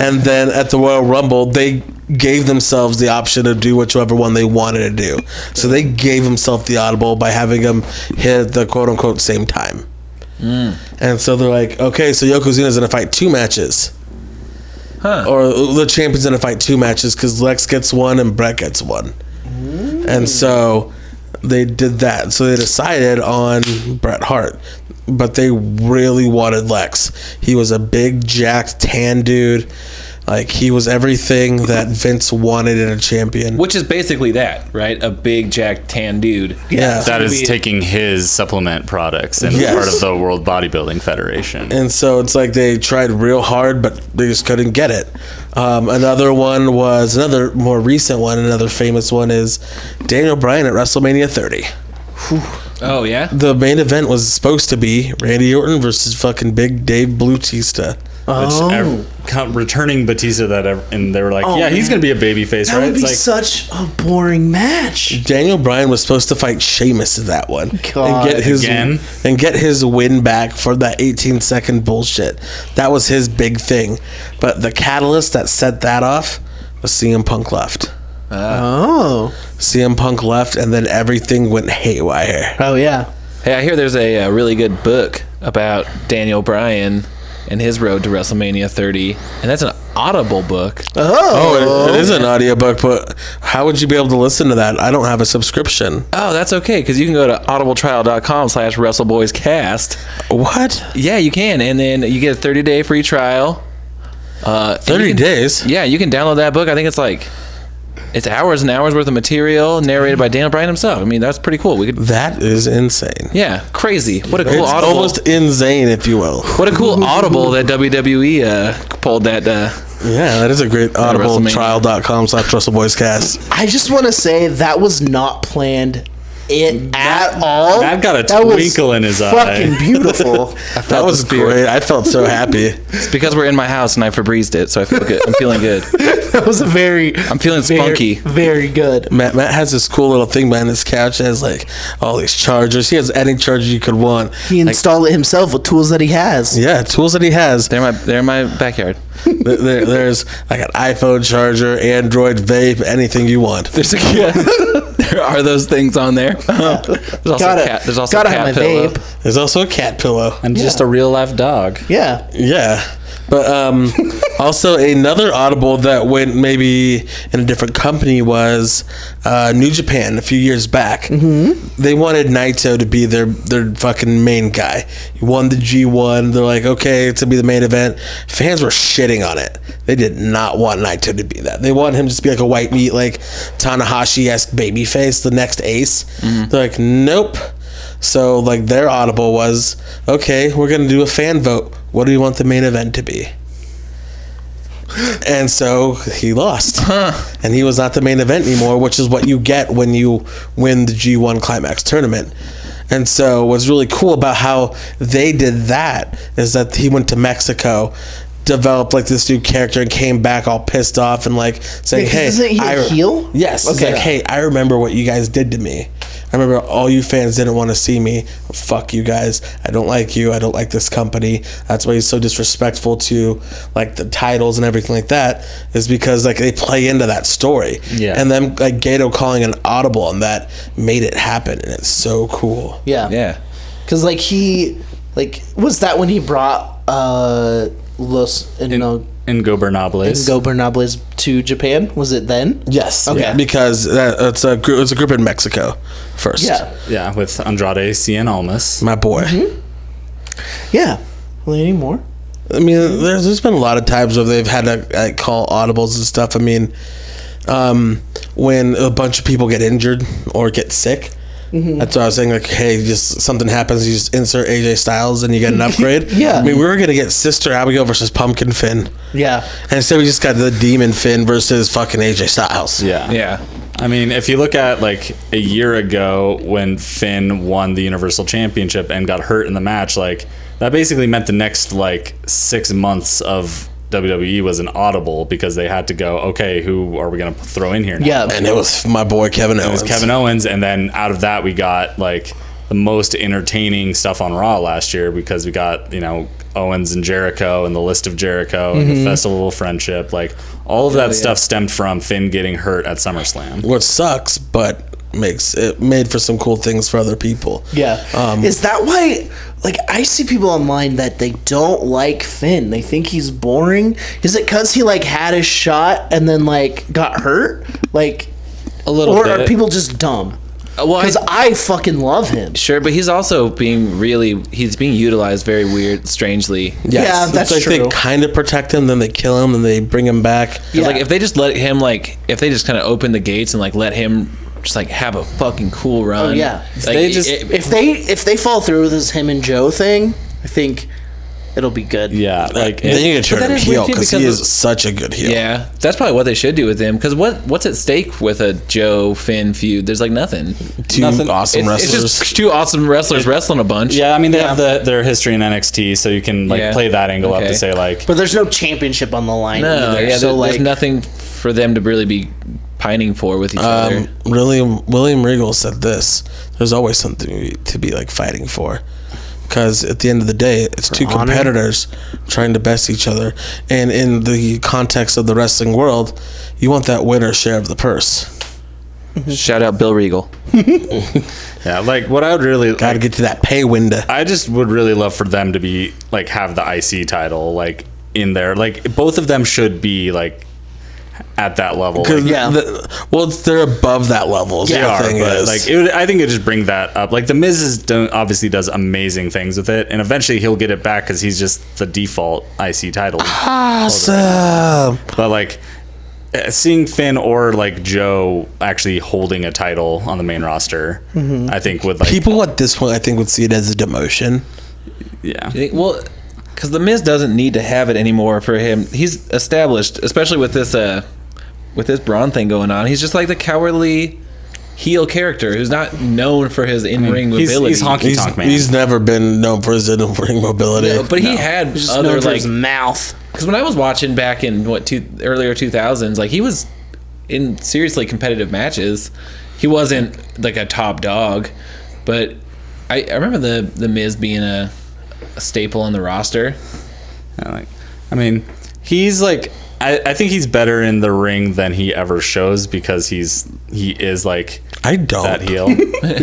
Speaker 5: and then at the Royal Rumble, they gave themselves the option to do whichever one they wanted to do. So they gave himself the audible by having him hit the quote unquote same time. And so they're like, okay, so Yokozuna's gonna fight two matches.
Speaker 3: Huh.
Speaker 5: Or the champion's gonna fight two matches because Lex gets one and Brett gets one. And so they did that. So they decided on Bret Hart. But they really wanted Lex. He was a big, jacked, tan dude. Like, he was everything that Vince wanted in a champion.
Speaker 3: Which is basically that, right? A big jack tan dude.
Speaker 5: Yeah.
Speaker 4: That is
Speaker 3: Maybe-
Speaker 4: taking his supplement products and
Speaker 5: Yes.
Speaker 4: part of the World Bodybuilding Federation.
Speaker 5: and so it's like they tried real hard, but they just couldn't get it. Um, another one was another more recent one, another famous one is Daniel Bryan at WrestleMania 30.
Speaker 3: Oh yeah.
Speaker 5: The main event was supposed to be Randy Orton versus fucking Big Dave Blutista.
Speaker 4: Which
Speaker 2: Oh.
Speaker 4: ev- co- returning Batista that ev- and they were like,
Speaker 2: Oh,
Speaker 4: yeah, he's
Speaker 2: man.
Speaker 4: gonna be a babyface,
Speaker 2: That
Speaker 4: right?
Speaker 2: would be
Speaker 4: It's like
Speaker 2: such a boring match.
Speaker 5: Daniel Bryan was supposed to fight Sheamus in that one
Speaker 2: God.
Speaker 5: and get his
Speaker 4: Again?
Speaker 5: and get his win back for that 18 second bullshit. That was his big thing, but the catalyst that set that off was CM Punk left.
Speaker 2: Oh.
Speaker 5: CM Punk left, and then everything went haywire.
Speaker 2: Oh yeah.
Speaker 3: Hey, I hear there's a, uh really good book about Daniel Bryan and his road to WrestleMania 30, and that's an Audible book.
Speaker 5: Oh, it, it is an audiobook, but how would you be able to listen to that? I don't have a subscription.
Speaker 3: Oh, that's okay because you can go to audibletrial.com/slash WrestleBoysCast.
Speaker 5: What?
Speaker 3: Yeah, you can, and then you get a 30-day free trial. Uh, and you
Speaker 5: 30
Speaker 3: can-
Speaker 5: days?
Speaker 3: Yeah, you can download that book. I think it's like it's hours and hours worth of material narrated by Daniel Bryan himself. I mean, that's pretty cool. We could,
Speaker 5: That is insane.
Speaker 3: yeah, crazy. What a cool
Speaker 5: It's
Speaker 3: audible.
Speaker 5: almost insane, if you will.
Speaker 3: what a cool audible that WWE uh, pulled that. Uh,
Speaker 5: Yeah, that is a great audible
Speaker 3: WrestleMania.
Speaker 5: trial.com slash Russell Boys cast.
Speaker 2: I just want to say that was not planned it at all.
Speaker 4: that got a
Speaker 2: was
Speaker 4: twinkle in his eye.
Speaker 2: Fucking beautiful.
Speaker 5: That was great. I felt so happy.
Speaker 3: It's because we're in my house and I Febrezed it, so I feel good. I'm feeling good.
Speaker 2: that was a very.
Speaker 3: I'm feeling spunky.
Speaker 2: Very, very good.
Speaker 5: Matt, Matt has this cool little thing behind his couch that has like all these chargers. He has any charger you could want.
Speaker 2: He installed it himself with tools that he has.
Speaker 5: Yeah, tools that he has.
Speaker 3: They're in my they're in my backyard.
Speaker 5: There- there- there's like an iPhone charger, Android vape, anything you want.
Speaker 3: There's a cat. there are those things on there. there's also
Speaker 2: Gotta-
Speaker 3: a cat. There's also
Speaker 2: gotta
Speaker 3: a cat
Speaker 2: have my
Speaker 3: pillow.
Speaker 2: vape.
Speaker 5: There's also a cat pillow.
Speaker 4: I'm just a real life dog.
Speaker 2: Yeah.
Speaker 5: Yeah. But um, also another audible that went maybe in a different company was uh, New Japan a few years back. Mm-hmm. They wanted Naito to be their their fucking main guy. He won the G one. They're like, okay, to be the main event. Fans were shitting on it. They did not want Naito to be that. They want him to just be like a white meat, like Tanahashi esque babyface, the next ace. They're like, nope. So like their audible was, okay, we're gonna do a fan vote. What do we want the main event to be? And so he lost, and he was not the main event anymore, which is what you get when you win the G1 Climax tournament. And so what's really cool about how they did that is that he went to Mexico. Developed like this new character and came back all pissed off and like saying,
Speaker 2: Because
Speaker 5: "Hey,
Speaker 2: isn't he a
Speaker 5: I-
Speaker 2: heel?
Speaker 5: Yes. It's
Speaker 2: Okay.
Speaker 5: like, hey, I remember what you guys did to me. I remember all you fans didn't want to see me. Fuck you guys. I don't like you. I don't like this company. That's why he's so disrespectful to like the titles and everything like that. Is because like they play into that story.
Speaker 4: Yeah.
Speaker 5: And then like Gato calling an audible on that made it happen, and it's so cool.
Speaker 2: Yeah.
Speaker 3: Yeah.
Speaker 2: Because like he, like was that when he brought uh Los in, no,
Speaker 4: in Gobernables.
Speaker 2: Gobernables to Japan? Was it then?
Speaker 5: Yes.
Speaker 2: Okay.
Speaker 5: Because that, it's a group. It's a group in Mexico first.
Speaker 2: Yeah. Mm-hmm.
Speaker 4: yeah, with Andrade Cien Almas.
Speaker 5: My boy.
Speaker 2: Yeah. Well, anymore?
Speaker 5: I mean,
Speaker 4: Mm-hmm.
Speaker 5: there's, there's been a lot of times where they've had to uh, call audibles and stuff. I mean, um, when a bunch of people get injured or get sick,
Speaker 4: Mm-hmm.
Speaker 5: that's what I was saying. Like, hey, just something happens, you just insert AJ Styles and you get an upgrade.
Speaker 2: Yeah.
Speaker 5: I mean, we were gonna get Sister Abigail versus Pumpkin Finn,
Speaker 2: Yeah.
Speaker 5: and instead we just got the Demon Finn versus fucking AJ Styles.
Speaker 4: Yeah.
Speaker 3: Yeah.
Speaker 4: I mean, if you look at like a year ago when Finn won the Universal Championship and got hurt in the match, like that basically meant the next like six months of WWE was an audible because they had to go, okay, who are we going to throw in here now?
Speaker 2: Yeah.
Speaker 5: And it was my boy Kevin Owens.
Speaker 4: It was Kevin Owens, and then out of that we got like the most entertaining stuff on Raw last year because we got you know Owens and Jericho and the list of Jericho and the Festival of Friendship, like all of that stuff stemmed from Finn getting hurt at SummerSlam.
Speaker 5: Which sucks, but makes it made for some cool things for other people.
Speaker 2: Yeah.
Speaker 5: Um,
Speaker 2: Is that why, like, I see people online that they don't like Finn? They think he's boring? Is it because he, like, had his shot and then, like, got hurt? Like,
Speaker 3: A little
Speaker 2: or
Speaker 3: bit.
Speaker 2: are people just dumb?
Speaker 3: well, I-
Speaker 2: Because I fucking love him.
Speaker 3: Sure, but he's also being really he's being utilized very weird, strangely. Yeah.
Speaker 5: Yes.
Speaker 2: Yeah,
Speaker 5: It's
Speaker 2: that's
Speaker 5: like
Speaker 2: true.
Speaker 5: They kind of protect him, then they kill him, then they bring him back.
Speaker 2: Yeah.
Speaker 3: Like if they just let him like if they just kind of open the gates and like let him just like have a fucking cool run.
Speaker 2: Oh, yeah.
Speaker 3: Like,
Speaker 4: They just-
Speaker 3: it-
Speaker 2: if they if they fall through with this him and Joe thing, I think it'll be good.
Speaker 4: Yeah, like
Speaker 5: Then you can
Speaker 3: But
Speaker 5: turn
Speaker 3: that
Speaker 5: him
Speaker 3: is weird
Speaker 5: heel
Speaker 3: too,
Speaker 5: because he
Speaker 3: because
Speaker 5: is
Speaker 3: of-
Speaker 5: such a good heel.
Speaker 3: yeah, that's probably what they should do with him. Because what what's at stake with a Joe Finn feud? There's like nothing.
Speaker 5: Two awesome
Speaker 3: It's, it's
Speaker 5: wrestlers.
Speaker 3: just two awesome wrestlers wrestling a bunch.
Speaker 4: yeah, I mean they have the, their history in NXT, so you can like
Speaker 3: Yeah.
Speaker 4: play that angle up
Speaker 3: Okay.
Speaker 4: to say like
Speaker 2: But there's no championship on the line
Speaker 3: No,
Speaker 2: either.
Speaker 3: yeah.
Speaker 2: so
Speaker 3: there-
Speaker 2: like
Speaker 3: there's nothing for them to really be pining for with each
Speaker 5: um,
Speaker 3: other.
Speaker 5: William, William Regal said this there's always something to be like fighting for. Because at the end of the day, it's two
Speaker 2: honor?
Speaker 5: competitors trying to best each other. And in the context of the wrestling world, you want that winner share of the purse.
Speaker 3: Shout out Bill Regal.
Speaker 4: yeah, like what I would really
Speaker 5: Got to
Speaker 4: like,
Speaker 5: get to that pay window.
Speaker 4: I just would really love for them to be like have the IC title like in there. Like both of them should be like at that level. Like,
Speaker 2: Yeah.
Speaker 5: The- well, they're above that level. is
Speaker 4: they
Speaker 5: the
Speaker 4: are,
Speaker 5: thing
Speaker 4: but
Speaker 5: is.
Speaker 4: like it would, I think it would just bring that up. Like the Miz is done, obviously does amazing things with it, and eventually he'll get it back because he's just the default IC title.
Speaker 5: awesome.
Speaker 4: But like eh, seeing Finn or like Joe actually holding a title on the main roster, I think would like
Speaker 5: People at this point, I think, would see it as a demotion.
Speaker 4: yeah.
Speaker 3: You think- Well, because the Miz doesn't need to have it anymore for him. He's established, especially with this uh, with this Braun thing going on. He's just like the cowardly heel character who's not known for his in ring
Speaker 4: he's-
Speaker 3: mobility.
Speaker 4: he's honky-
Speaker 5: He's,
Speaker 4: Tonk Man.
Speaker 5: he's never been known for his in ring mobility.
Speaker 3: No, but he had
Speaker 2: just known
Speaker 3: other
Speaker 2: for
Speaker 3: like
Speaker 2: his mouth.
Speaker 3: because when I was watching back in what two earlier two thousands, like he was in seriously competitive matches. He wasn't like a top dog, but I, I remember the the Miz being a, a staple on the roster.
Speaker 4: Yeah, like, I mean, he's like I, I think he's better in the ring than he ever shows because he's he is like
Speaker 5: I don't.
Speaker 4: that heel.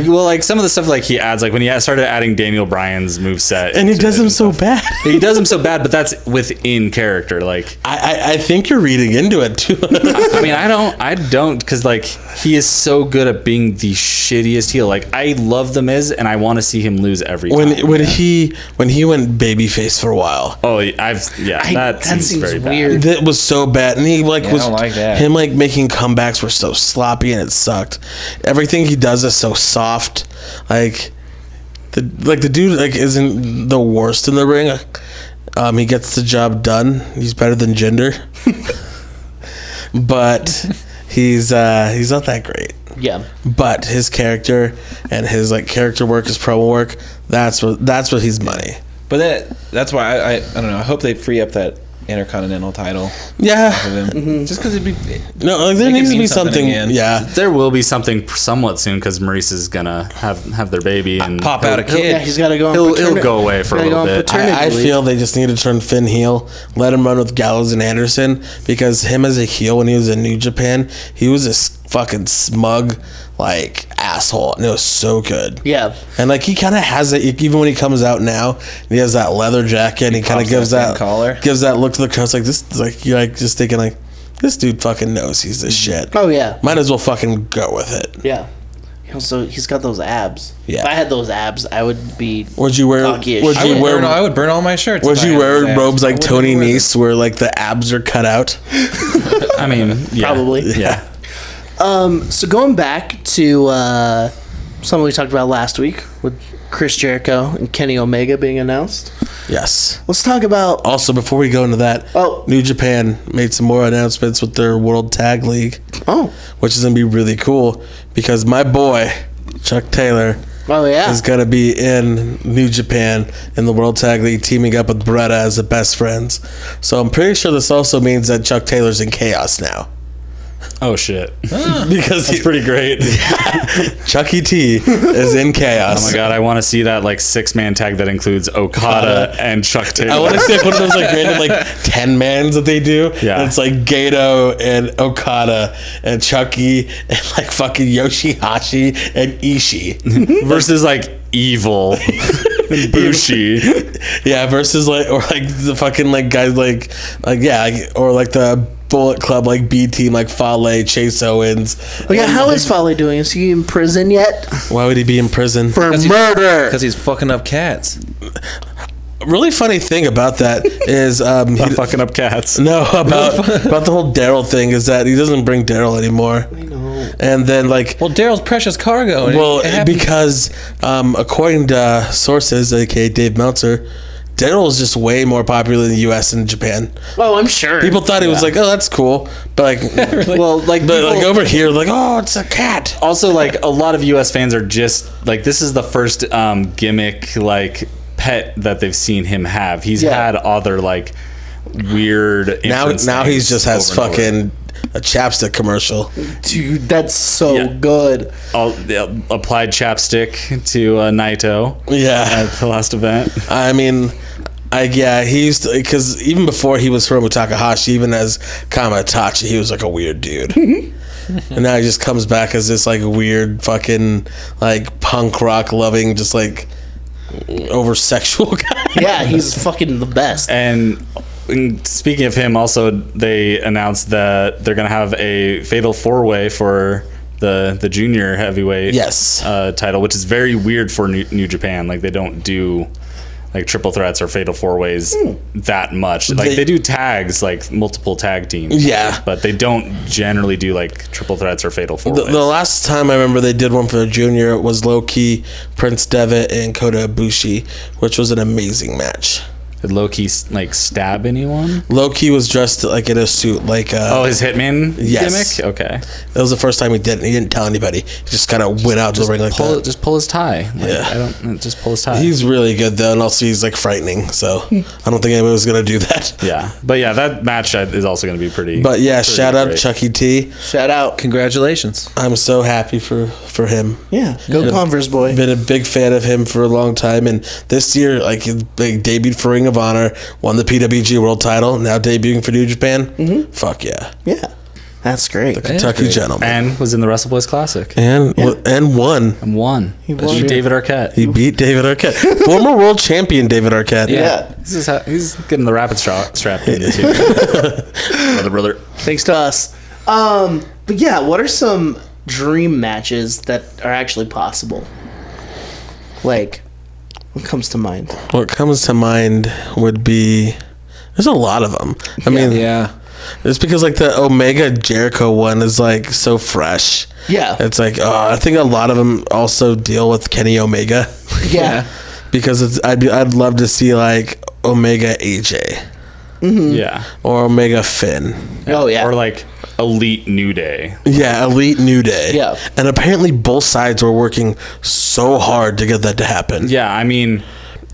Speaker 4: well, like some of the stuff like he adds, like when he started adding Daniel Bryan's moveset,
Speaker 5: and he
Speaker 4: into
Speaker 5: does
Speaker 4: it
Speaker 5: them
Speaker 4: and
Speaker 5: so bad.
Speaker 4: stuff. He does him so bad, but that's within character. Like
Speaker 5: I, I, I think you're reading into it too.
Speaker 4: I mean, I don't, I don't, because like he is so good at being the shittiest heel. Like I love the Miz, and I want to see him lose every time.
Speaker 5: when when he when he went babyface for a while,
Speaker 4: oh, I've yeah,
Speaker 2: I-
Speaker 4: that,
Speaker 2: that
Speaker 4: seems,
Speaker 2: seems
Speaker 4: very
Speaker 2: weird.
Speaker 4: bad.
Speaker 5: that was so bad, and he like
Speaker 3: Yeah, I
Speaker 5: was
Speaker 3: don't like that.
Speaker 5: him like making comebacks were so sloppy and it sucked. Everything he does is so soft, like the like the dude like isn't the worst in the ring. Um, he gets the job done. He's better than gender, but he's uh, he's not that great.
Speaker 2: Yeah.
Speaker 5: but his character and his like character work, his promo work, that's what that's what he's money.
Speaker 3: But that that's why I, I I don't know. I hope they free up that Intercontinental title of
Speaker 5: Yeah,
Speaker 3: him. Just because it'd be
Speaker 5: no, like, there
Speaker 3: Make it
Speaker 5: needs to
Speaker 3: mean
Speaker 5: be
Speaker 3: something
Speaker 5: something.
Speaker 3: again.
Speaker 5: yeah,
Speaker 4: There will be something somewhat soon because Maurice is gonna have have their baby and
Speaker 3: pop out a
Speaker 4: he'll-
Speaker 3: kid.
Speaker 2: Yeah, he's got to go. On
Speaker 4: He'll, he'll
Speaker 2: paterni-
Speaker 4: go away for a
Speaker 2: gotta go
Speaker 4: little
Speaker 2: on
Speaker 4: bit.
Speaker 2: paterni-
Speaker 5: I, I
Speaker 2: Alternatively-
Speaker 5: feel they just need to turn Finn heel, let him run with Gallows and Anderson because him as a heel when he was in New Japan, he was this fucking smug like asshole, and it was so good.
Speaker 2: Yeah.
Speaker 5: And like he kind of has it, even when he comes out now, he has that leather jacket, and he kind of
Speaker 3: pops
Speaker 5: gives
Speaker 3: that
Speaker 5: that
Speaker 3: thin collar.
Speaker 5: gives that look to the crowd. It's like this, like you're like just thinking like, this dude fucking knows he's this shit.
Speaker 2: Oh yeah.
Speaker 5: Might as well fucking go with it.
Speaker 2: Yeah. Also, he's got those abs.
Speaker 5: Yeah.
Speaker 2: If I had those abs, I would be.
Speaker 5: Would you wear? Would
Speaker 2: Cocky as
Speaker 5: you
Speaker 2: shit.
Speaker 3: I would,
Speaker 5: wear?
Speaker 3: burn, I would burn all my shirts.
Speaker 5: Would
Speaker 3: if I
Speaker 5: you
Speaker 3: had
Speaker 5: wear
Speaker 3: those abs.
Speaker 5: robes
Speaker 3: I
Speaker 5: like
Speaker 3: wouldn't
Speaker 5: Tony
Speaker 3: wear them.
Speaker 5: Nese, where like the abs are cut out?
Speaker 4: I mean, yeah,
Speaker 2: Probably.
Speaker 4: Yeah,
Speaker 2: um, So going back to uh, something we talked about last week with Chris Jericho and Kenny Omega being announced,
Speaker 5: Yes.
Speaker 2: let's talk about.
Speaker 5: Also, before we go into that,
Speaker 2: Oh.
Speaker 5: New Japan made some more announcements with their World Tag League,
Speaker 2: Oh,
Speaker 5: which is gonna be really cool because my boy Chuck Taylor
Speaker 2: oh yeah.
Speaker 5: is gonna be in New Japan in the World Tag League, teaming up with Beretta as the best friends. So I'm pretty sure this also means that Chuck Taylor's in chaos now.
Speaker 4: Oh shit! Oh
Speaker 5: because he's pretty great. Chucky E T is in chaos.
Speaker 4: oh my god, I want to see that like six man tag that includes Okada and Chuck Taylor.
Speaker 5: I want to see like, one of those like random like ten mans that they do.
Speaker 4: Yeah.
Speaker 5: and it's like Gato and Okada and Chucky and like fucking Yoshihashi and Ishii.
Speaker 4: versus like evil and Bushi.
Speaker 5: yeah, versus like or like the fucking like guys like like yeah like, or like the Bullet Club like B team like Fale Chase Owens.
Speaker 2: Oh, yeah, how is Foley doing? Is he in prison yet
Speaker 5: Why would he be in prison?
Speaker 2: for murder?
Speaker 3: Because he's fucking up cats.
Speaker 5: really funny thing about that is um, he,
Speaker 4: fucking up cats.
Speaker 5: No, about about the whole Daryl thing is that he doesn't bring Daryl anymore. And then like
Speaker 3: Well, Daryl's precious cargo. and it-
Speaker 5: well,
Speaker 3: it happened-
Speaker 5: because um, according to sources, aka Dave Meltzer, Daryl is just way more popular in the U.S. and Japan.
Speaker 2: Oh, I'm sure.
Speaker 5: People thought it was like, oh, that's cool, but like,
Speaker 4: Well, like,
Speaker 5: but like
Speaker 4: people-
Speaker 5: over here, like, oh, it's a cat.
Speaker 4: also like a lot of US fans are just like this is the first um, gimmick like pet that they've seen him have. He's
Speaker 2: Yeah.
Speaker 4: had other like weird
Speaker 5: Now,
Speaker 4: entrance
Speaker 5: now he
Speaker 4: things
Speaker 5: just has
Speaker 4: over and over.
Speaker 5: fucking a chapstick commercial.
Speaker 2: dude, that's so
Speaker 4: Yeah.
Speaker 2: good.
Speaker 4: All, the- uh, applied chapstick to uh, Naito
Speaker 5: Yeah,
Speaker 4: at the last event.
Speaker 5: I mean, I yeah, he used to because even before he was Hiromu Takahashi, even as Kamatachi, he was like a weird dude. and now he just comes back as this like weird fucking like punk rock loving, just like over sexual guy.
Speaker 2: Yeah, he's fucking the best.
Speaker 4: And and speaking of him, also they announced that they're gonna have a fatal four way for the the junior heavyweight
Speaker 5: Yes.
Speaker 4: uh, title, which is very weird for New, New Japan. Like they don't do like triple threats or fatal four ways that much. Like
Speaker 5: Hmm. They-
Speaker 4: they, do tags, like multiple tag teams.
Speaker 5: Yeah.
Speaker 4: but they don't generally do like triple threats or fatal four
Speaker 5: The,
Speaker 4: ways.
Speaker 5: the last time I remember they did one for Junior was low key Prince Devitt and Kota Ibushi, which was an amazing match.
Speaker 4: Did Loki s- like stab anyone?
Speaker 5: Low key was dressed like in a suit, like uh,
Speaker 4: Oh, his hitman
Speaker 5: Yes.
Speaker 4: gimmick. Okay,
Speaker 5: That was the first time he did it. He didn't tell anybody. He just kind of went out to the ring like
Speaker 4: pull
Speaker 5: that.
Speaker 4: just pull his tie. Like,
Speaker 5: Yeah.
Speaker 4: I don't just pull his tie.
Speaker 5: He's really good though, and also he's like frightening. So I don't think anybody was gonna do that.
Speaker 4: Yeah, but yeah, that match I- is also going to be pretty.
Speaker 5: But yeah, shout out
Speaker 4: great.
Speaker 5: Chucky T.
Speaker 2: Shout out.
Speaker 3: Congratulations.
Speaker 5: I'm so happy for for him.
Speaker 2: Yeah, go Converse boy.
Speaker 5: Been a big fan of him for a long time, and this year, like, he- they debuted for Ring of Honor, won the PWG World Title, now debuting for New Japan. Mm-hmm. Fuck yeah,
Speaker 2: Yeah, that's great.
Speaker 5: Kentucky gentleman.
Speaker 4: and was in the Wrestle Boys Classic
Speaker 5: And and won.
Speaker 4: and won. He
Speaker 2: won.
Speaker 4: beat David Arquette.
Speaker 5: He beat David Arquette, former world champion David Arquette.
Speaker 2: Yeah.
Speaker 4: This is how, he's getting the rapid stra- strap in too. brother, brother.
Speaker 2: Thanks to us. Um, but yeah, what are some dream matches that are actually possible? Like, what comes to mind?
Speaker 5: What comes to mind would be there's a lot of them. I mean,
Speaker 3: Yeah.
Speaker 5: it's because like the Omega Jericho one is like so fresh.
Speaker 2: Yeah.
Speaker 5: It's like uh, I think a lot of them also deal with Kenny Omega
Speaker 2: Yeah.
Speaker 5: because it's I'd be, I'd love to see like Omega AJ
Speaker 4: Yeah.
Speaker 5: or Omega Finn.
Speaker 2: Oh yeah.
Speaker 4: Or like Elite New Day.
Speaker 5: Yeah, Elite New Day.
Speaker 2: Yeah.
Speaker 5: And apparently both sides were working so hard to get that to happen.
Speaker 4: Yeah, I mean,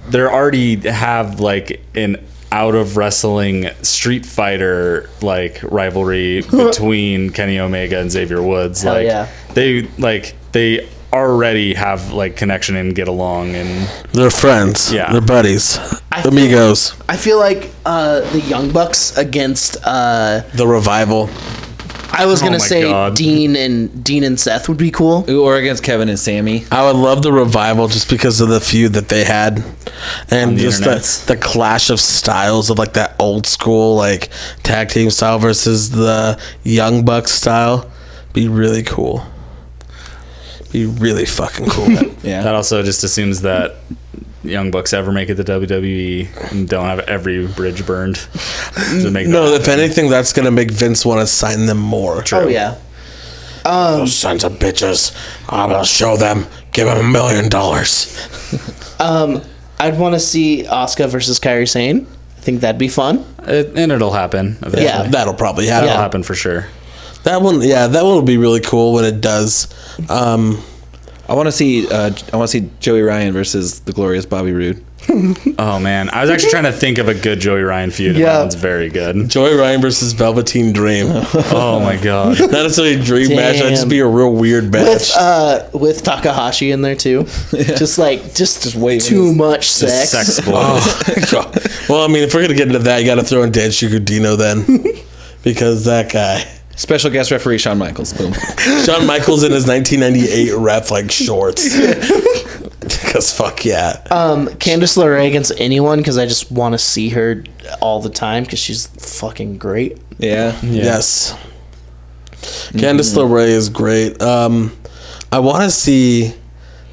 Speaker 4: they already have like an out of wrestling Street Fighter like rivalry between Kenny Omega and Xavier Woods.
Speaker 2: Hell
Speaker 4: like
Speaker 2: yeah.
Speaker 4: they like they already have like connection and get along and
Speaker 5: They're friends.
Speaker 4: Yeah.
Speaker 5: They're buddies.
Speaker 2: feel-
Speaker 5: Amigos.
Speaker 2: I feel like uh, the Young Bucks against uh,
Speaker 5: the revival.
Speaker 2: I was gonna
Speaker 4: Oh my
Speaker 2: say
Speaker 4: God.
Speaker 2: Dean and Dean and Seth would be cool.
Speaker 3: Ooh, or against Kevin and Sammy.
Speaker 5: I would love the revival just because of the feud that they had, and
Speaker 4: the
Speaker 5: just
Speaker 4: internets.
Speaker 5: the, the clash of styles of like that old school like tag team style versus the young buck style. Be really cool. Be really fucking cool.
Speaker 4: that
Speaker 3: Yeah.
Speaker 4: also just assumes that Young Bucks ever make it to WWE and don't have every bridge burned to make
Speaker 5: no,
Speaker 4: that
Speaker 5: if anything, that's gonna make Vince want to sign them more. True.
Speaker 2: Oh yeah.
Speaker 5: Those sons of bitches. I'm gonna show them. Give them a million dollars.
Speaker 2: Um, I'd want to see Oscar versus Kairi Sane. I think that'd be fun.
Speaker 4: It- and it'll happen eventually.
Speaker 2: Yeah.
Speaker 5: That'll probably happen.
Speaker 4: It'll
Speaker 2: Yeah.
Speaker 4: happen for sure.
Speaker 5: That one, yeah, that one will be really cool when it does. Um,
Speaker 3: I want to see. Uh, I want to see Joey Ryan versus the glorious Bobby Roode.
Speaker 4: Oh man, I was actually trying to think of a good Joey Ryan feud. and
Speaker 2: Yeah.
Speaker 4: that one's very good.
Speaker 5: Joey Ryan versus Velveteen Dream. Not
Speaker 4: Oh my god,
Speaker 5: necessarily a dream match. That'd just
Speaker 2: Damn.
Speaker 5: be a real weird match.
Speaker 2: With uh, with Takahashi in there too. Just like just,
Speaker 3: waving
Speaker 2: too
Speaker 3: his-
Speaker 2: much sex.
Speaker 4: sex blow.
Speaker 2: Oh.
Speaker 5: Oh, well, I mean, if we're gonna get into that, you got to throw in Dan Shugudino then, because that guy,
Speaker 3: Special guest referee Shawn Michaels. Boom.
Speaker 5: Shawn Michaels in his 1998 ref like shorts. Because fuck yeah,
Speaker 2: Um, Candice LeRae against anyone because I just want to see her all the time because she's fucking great.
Speaker 3: Yeah.
Speaker 5: yes. Candice
Speaker 2: Mm-hmm.
Speaker 5: LeRae is great. Um, I want to see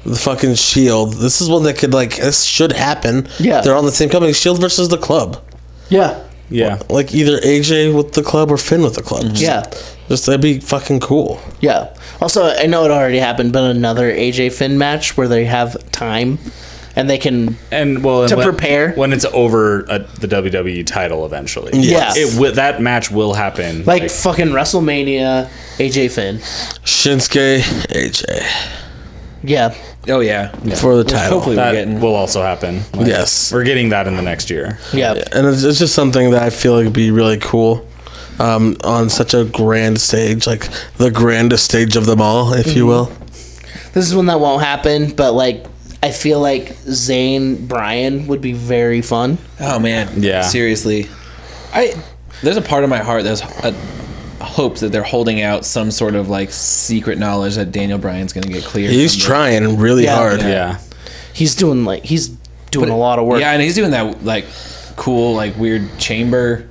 Speaker 5: the fucking Shield. This is one that could like this should happen.
Speaker 2: Yeah.
Speaker 5: they're on the same company. Shield versus the Club.
Speaker 2: Yeah.
Speaker 4: Yeah,
Speaker 5: like either AJ with the club or Finn with the club. Just,
Speaker 2: Yeah.
Speaker 5: just that'd be fucking cool.
Speaker 2: Yeah. Also, I know it already happened, but another AJ Finn match where they have time and they can.
Speaker 4: and well, and
Speaker 2: To
Speaker 4: when-
Speaker 2: prepare.
Speaker 4: when it's over uh, the WWE title eventually.
Speaker 2: Yes.
Speaker 4: it will, that match will happen.
Speaker 2: Like, fucking WrestleMania, AJ Finn.
Speaker 5: Shinsuke AJ
Speaker 2: Yeah.
Speaker 3: Oh yeah.
Speaker 5: for the title.
Speaker 3: Hopefully
Speaker 4: that
Speaker 3: we're getting.
Speaker 4: will also happen. Like,
Speaker 5: Yes.
Speaker 4: we're getting that in the next year.
Speaker 2: Oh, Yeah.
Speaker 5: And it's, it's just something that I feel like would be really cool um, on such a grand stage, like the grandest stage of them all, if
Speaker 2: Mm-hmm.
Speaker 5: you will.
Speaker 2: This is one that won't happen, but like, I feel like Zayn Bryan would be very fun.
Speaker 3: Oh man.
Speaker 4: Yeah.
Speaker 3: Seriously, I. There's a part of my heart that's a hope that they're holding out some sort of like secret knowledge that Daniel Bryan's gonna get cleared.
Speaker 5: He's
Speaker 3: someday.
Speaker 5: trying really
Speaker 2: Yeah.
Speaker 5: hard.
Speaker 4: Yeah,
Speaker 2: He's doing like, he's doing a lot of work.
Speaker 3: Yeah, and he's doing that like cool, like weird chamber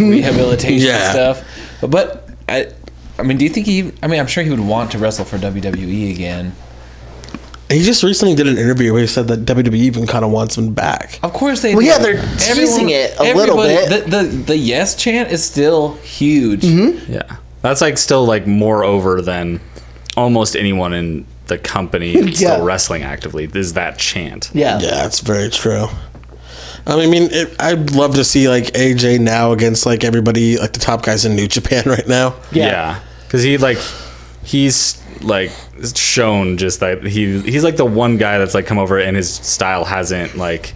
Speaker 3: rehabilitation
Speaker 5: Yeah.
Speaker 3: stuff. But I, I mean, do you think he? I mean, I'm sure he would want to wrestle for WWE again.
Speaker 5: He just recently did an interview where he said that WWE even kind of wants him back.
Speaker 2: Oh,
Speaker 3: Of course they.
Speaker 2: Well,
Speaker 3: do.
Speaker 2: yeah, they're teasing it a little
Speaker 3: everybody- The, the the yes chant is still huge.
Speaker 2: Mm-hmm.
Speaker 4: yeah. That's like still like more over than almost anyone in the company that's
Speaker 2: Yeah.
Speaker 4: still wrestling actively. Is that chant?
Speaker 2: Yeah.
Speaker 5: Yeah, that's very true. I mean, it, I'd love to see like AJ now against like everybody, like the top guys in New Japan right now.
Speaker 2: Yeah.
Speaker 4: Yeah, because he like he's like shown just that he he's like the one guy that's like come over and his style hasn't like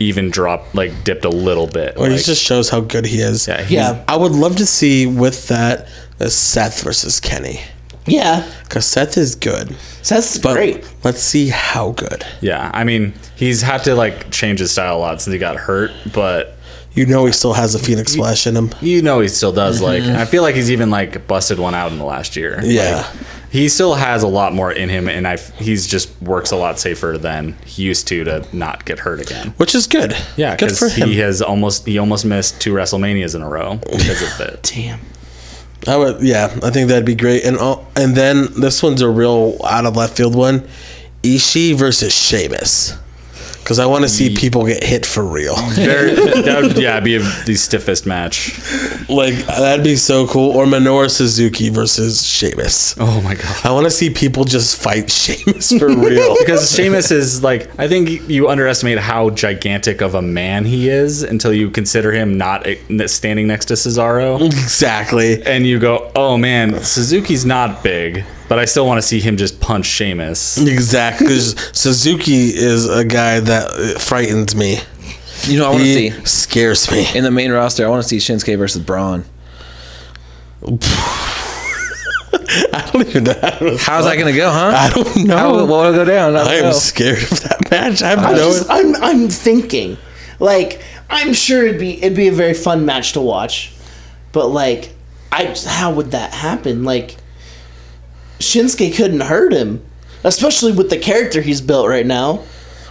Speaker 4: even dropped like dipped a little bit.
Speaker 5: Or
Speaker 4: like,
Speaker 5: he just shows how good he is.
Speaker 4: yeah, he's-
Speaker 2: Yeah.
Speaker 5: I would love to see with that uh, Seth versus Kenny.
Speaker 2: Yeah,
Speaker 5: Because Seth is good.
Speaker 2: Seth's
Speaker 5: But
Speaker 2: great.
Speaker 5: let's see how good.
Speaker 4: Yeah, I mean, he's had to like change his style a lot since he got hurt, but
Speaker 5: You know he still has a Phoenix Splash in him.
Speaker 4: you know he still does. Like, I feel like he's even like busted one out in the last year.
Speaker 5: Yeah.
Speaker 4: Like, he still has a lot more in him, and I he's just works a lot safer than he used to to not get hurt again.
Speaker 5: Which is good.
Speaker 4: Yeah,
Speaker 5: Good
Speaker 4: because
Speaker 5: for him.
Speaker 4: he has almost he almost missed two WrestleManias in a row because of that.
Speaker 2: Damn.
Speaker 5: I would, yeah, I think that'd be great. And all, and then this one's a real out of left field one, Ishii versus Sheamus, because I want to see people get hit for real.
Speaker 4: Very, that would, yeah, be a, the stiffest match.
Speaker 5: like that'd be so cool. Or Minoru Suzuki versus Sheamus.
Speaker 4: Oh my god.
Speaker 5: I want to see people just fight Sheamus for real.
Speaker 4: because Seamus is like I think you underestimate how gigantic of a man he is until you consider him not eh, standing next to Cesaro,
Speaker 5: exactly.
Speaker 4: and you go, "Oh man, Suzuki's not big, but I still want to see him just punch Seamus."
Speaker 5: Exactly. 'Cause Suzuki is a guy that uh, frightens me.
Speaker 3: You know, I want to
Speaker 5: He
Speaker 3: see
Speaker 5: scares me.
Speaker 3: in the main roster. I want to see Shinsuke versus Braun.
Speaker 5: I don't even know how to.
Speaker 3: How's that gonna go, huh?
Speaker 5: I don't know.
Speaker 3: How will, what will go down? I don't
Speaker 5: I am
Speaker 3: know.
Speaker 5: scared of that match. I have
Speaker 2: I'm,
Speaker 5: no.
Speaker 2: just, I'm I'm thinking, like I'm sure it'd be it'd be a very fun match to watch, but like I how would that happen? Like Shinsuke couldn't hurt him, especially with the character he's built right now.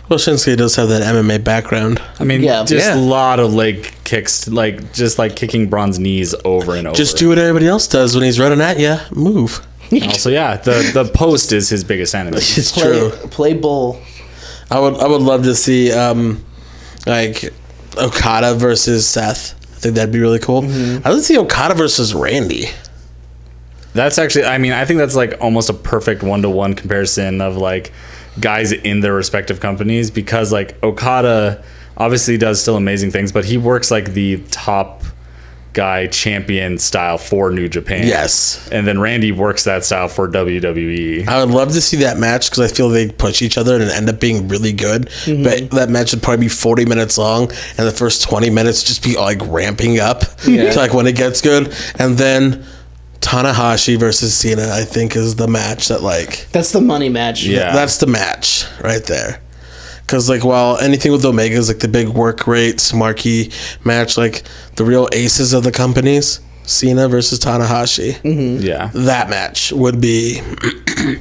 Speaker 5: Well, Shinsuke does have that MMA background.
Speaker 4: I mean,
Speaker 2: Yeah.
Speaker 4: just
Speaker 3: Yeah.
Speaker 4: a lot of leg kicks, like just like kicking Braun's knees over and over.
Speaker 5: Just do what everybody else does when he's running at you. Move.
Speaker 4: Also, yeah, the the post is his biggest enemy.
Speaker 5: It's
Speaker 2: Play
Speaker 5: true.
Speaker 2: play bull.
Speaker 5: I would. I would love to see um, like Okada versus Seth. I think that'd be really cool. I would see Okada versus Randy.
Speaker 4: That's actually, I mean, I think that's like almost a perfect one to one comparison of like guys in their respective companies because like Okada obviously does still amazing things, but he works like the top guy champion style for New Japan.
Speaker 5: Yes. Um,
Speaker 4: And then Randy works that style for E. WWE.
Speaker 5: I would love to see that match because I feel they push each other and end up being really good. But that match would probably be 40 minutes long, and the first 20 minutes just be like ramping up
Speaker 3: Yeah.
Speaker 5: to like when it gets good. And then Tanahashi versus Cena, I think, is the match that like
Speaker 2: That's the money match.
Speaker 4: Yeah.
Speaker 5: That's the match right there. Because, like, while anything with Omega is like the big work rates, marquee match, like the real aces of the companies, Cena versus Tanahashi,
Speaker 2: Mm-hmm.
Speaker 4: Yeah.
Speaker 5: that match would be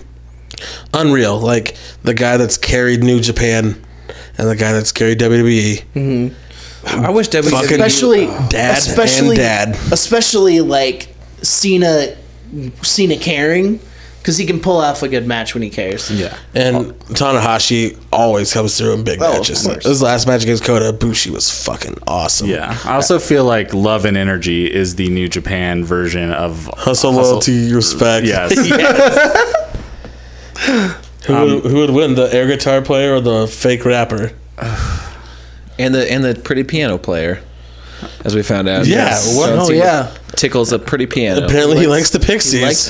Speaker 5: unreal. Like, the guy that's carried New Japan and the guy that's carried WWE.
Speaker 3: I wish WWE.
Speaker 5: Fucking-
Speaker 2: Mm-hmm. especially
Speaker 5: Dad
Speaker 2: especially
Speaker 5: and dad.
Speaker 2: especially like Cena Cena caring because he can pull off a good match when he cares.
Speaker 4: Yeah.
Speaker 5: And Tanahashi always comes through in big
Speaker 2: Oh, of
Speaker 5: matches.
Speaker 2: course.
Speaker 5: His last match against Kota Ibushi was fucking awesome.
Speaker 4: Yeah. I also feel like Love and Energy is the New Japan version of
Speaker 5: Hustle, loyalty, respect.
Speaker 4: Yes.
Speaker 5: Who,
Speaker 4: Um,
Speaker 5: would, who would win, the air guitar player or the fake rapper?
Speaker 3: and the and the pretty piano player, as we found out.
Speaker 5: Yeah, what-
Speaker 3: John
Speaker 5: oh,
Speaker 3: Cena
Speaker 5: yeah.
Speaker 3: tickles a pretty piano.
Speaker 5: Apparently, he likes the Pixies.
Speaker 3: likes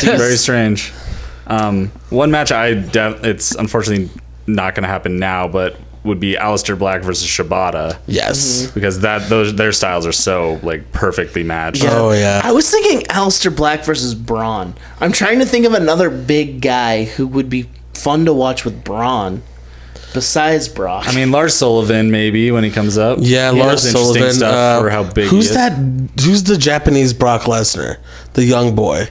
Speaker 3: the
Speaker 4: very strange. Um, one match I def- it's unfortunately not going to happen now, but would be Aleister Black versus Shibata
Speaker 5: yes.
Speaker 4: because that those their styles are so like perfectly matched.
Speaker 5: Oh yeah.
Speaker 2: I was thinking Alistair Black versus Braun. I'm trying to think of another big guy who would be fun to watch with Braun besides Brock.
Speaker 4: I mean Lars Sullivan maybe when he comes up.
Speaker 5: yeah,
Speaker 4: He
Speaker 5: Lars
Speaker 4: does interesting
Speaker 5: Sullivan.
Speaker 4: Stuff
Speaker 5: uh,
Speaker 4: for how big
Speaker 5: who's
Speaker 4: he is.
Speaker 5: that? Who's the Japanese Brock Lesnar? The young boy.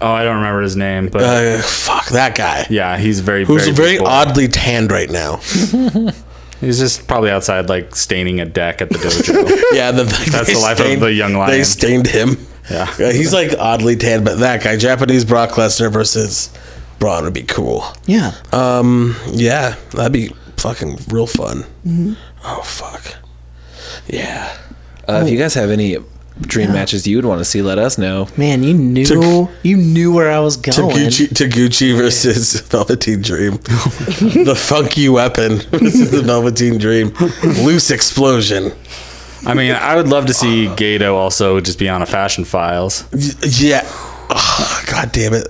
Speaker 4: Oh, I don't remember his name, but
Speaker 5: Uh, fuck that guy.
Speaker 4: yeah, he's very
Speaker 5: Who's very,
Speaker 4: big boy.
Speaker 5: oddly tanned right now.
Speaker 4: He's just probably outside like staining a deck at the dojo.
Speaker 5: Yeah, the,
Speaker 4: That's the life of the young
Speaker 5: They
Speaker 4: lion.
Speaker 5: stained him.
Speaker 4: Yeah.
Speaker 5: he's like oddly tanned, but that guy, Japanese Brock Lesnar versus Braun, would be cool.
Speaker 2: yeah.
Speaker 5: Um, yeah, that'd be fucking real fun. Oh fuck. Yeah.
Speaker 3: Uh, if you guys have any dream matches you would want to see, let us know.
Speaker 2: Man, you knew
Speaker 5: To-
Speaker 2: you knew where I was going.
Speaker 5: Taguchi, Taguchi versus Velveteen Dream. the funky weapon versus the Velveteen Dream. Loose explosion.
Speaker 4: I mean, I would love to see Gato also just be on a fashion files.
Speaker 5: Y- yeah. Ah, God damn it.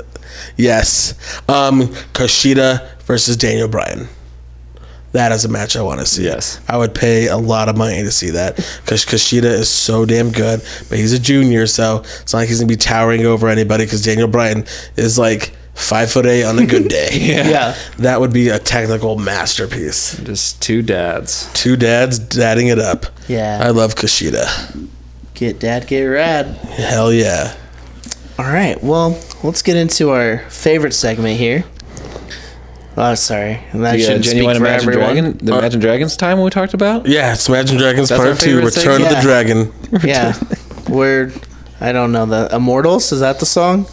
Speaker 5: Yes. Um, Kushida versus Daniel Bryan. That is a match I want to see.
Speaker 4: Yes.
Speaker 5: I would pay a lot of money to see that because Kushida is so damn good, but he's a junior, so it's not like he's gonna be towering over anybody because Daniel Bryan is like five foot eight on a good day. yeah.
Speaker 2: Yeah.
Speaker 5: that would be a technical masterpiece.
Speaker 4: Just two dads.
Speaker 5: Two dads dadding it up.
Speaker 2: Yeah.
Speaker 5: I love Kushida.
Speaker 2: Get dad, get rad.
Speaker 5: Hell yeah.
Speaker 2: All right. Well, let's get into our favorite segment here. Oh, sorry. That
Speaker 3: Yeah,
Speaker 2: shouldn't speak
Speaker 3: uh, genuine
Speaker 2: for
Speaker 3: Imagine
Speaker 2: everyone.
Speaker 3: Dragon, the Imagine Dragons time we talked about.
Speaker 5: Uh, Yeah, it's Imagine Dragons
Speaker 3: That's our
Speaker 5: Part Two:
Speaker 3: favorite
Speaker 5: Return
Speaker 3: thing.
Speaker 5: of the
Speaker 2: Yeah.
Speaker 5: Dragon.
Speaker 2: Yeah. We're, I don't know, the Immortals? Is that the song?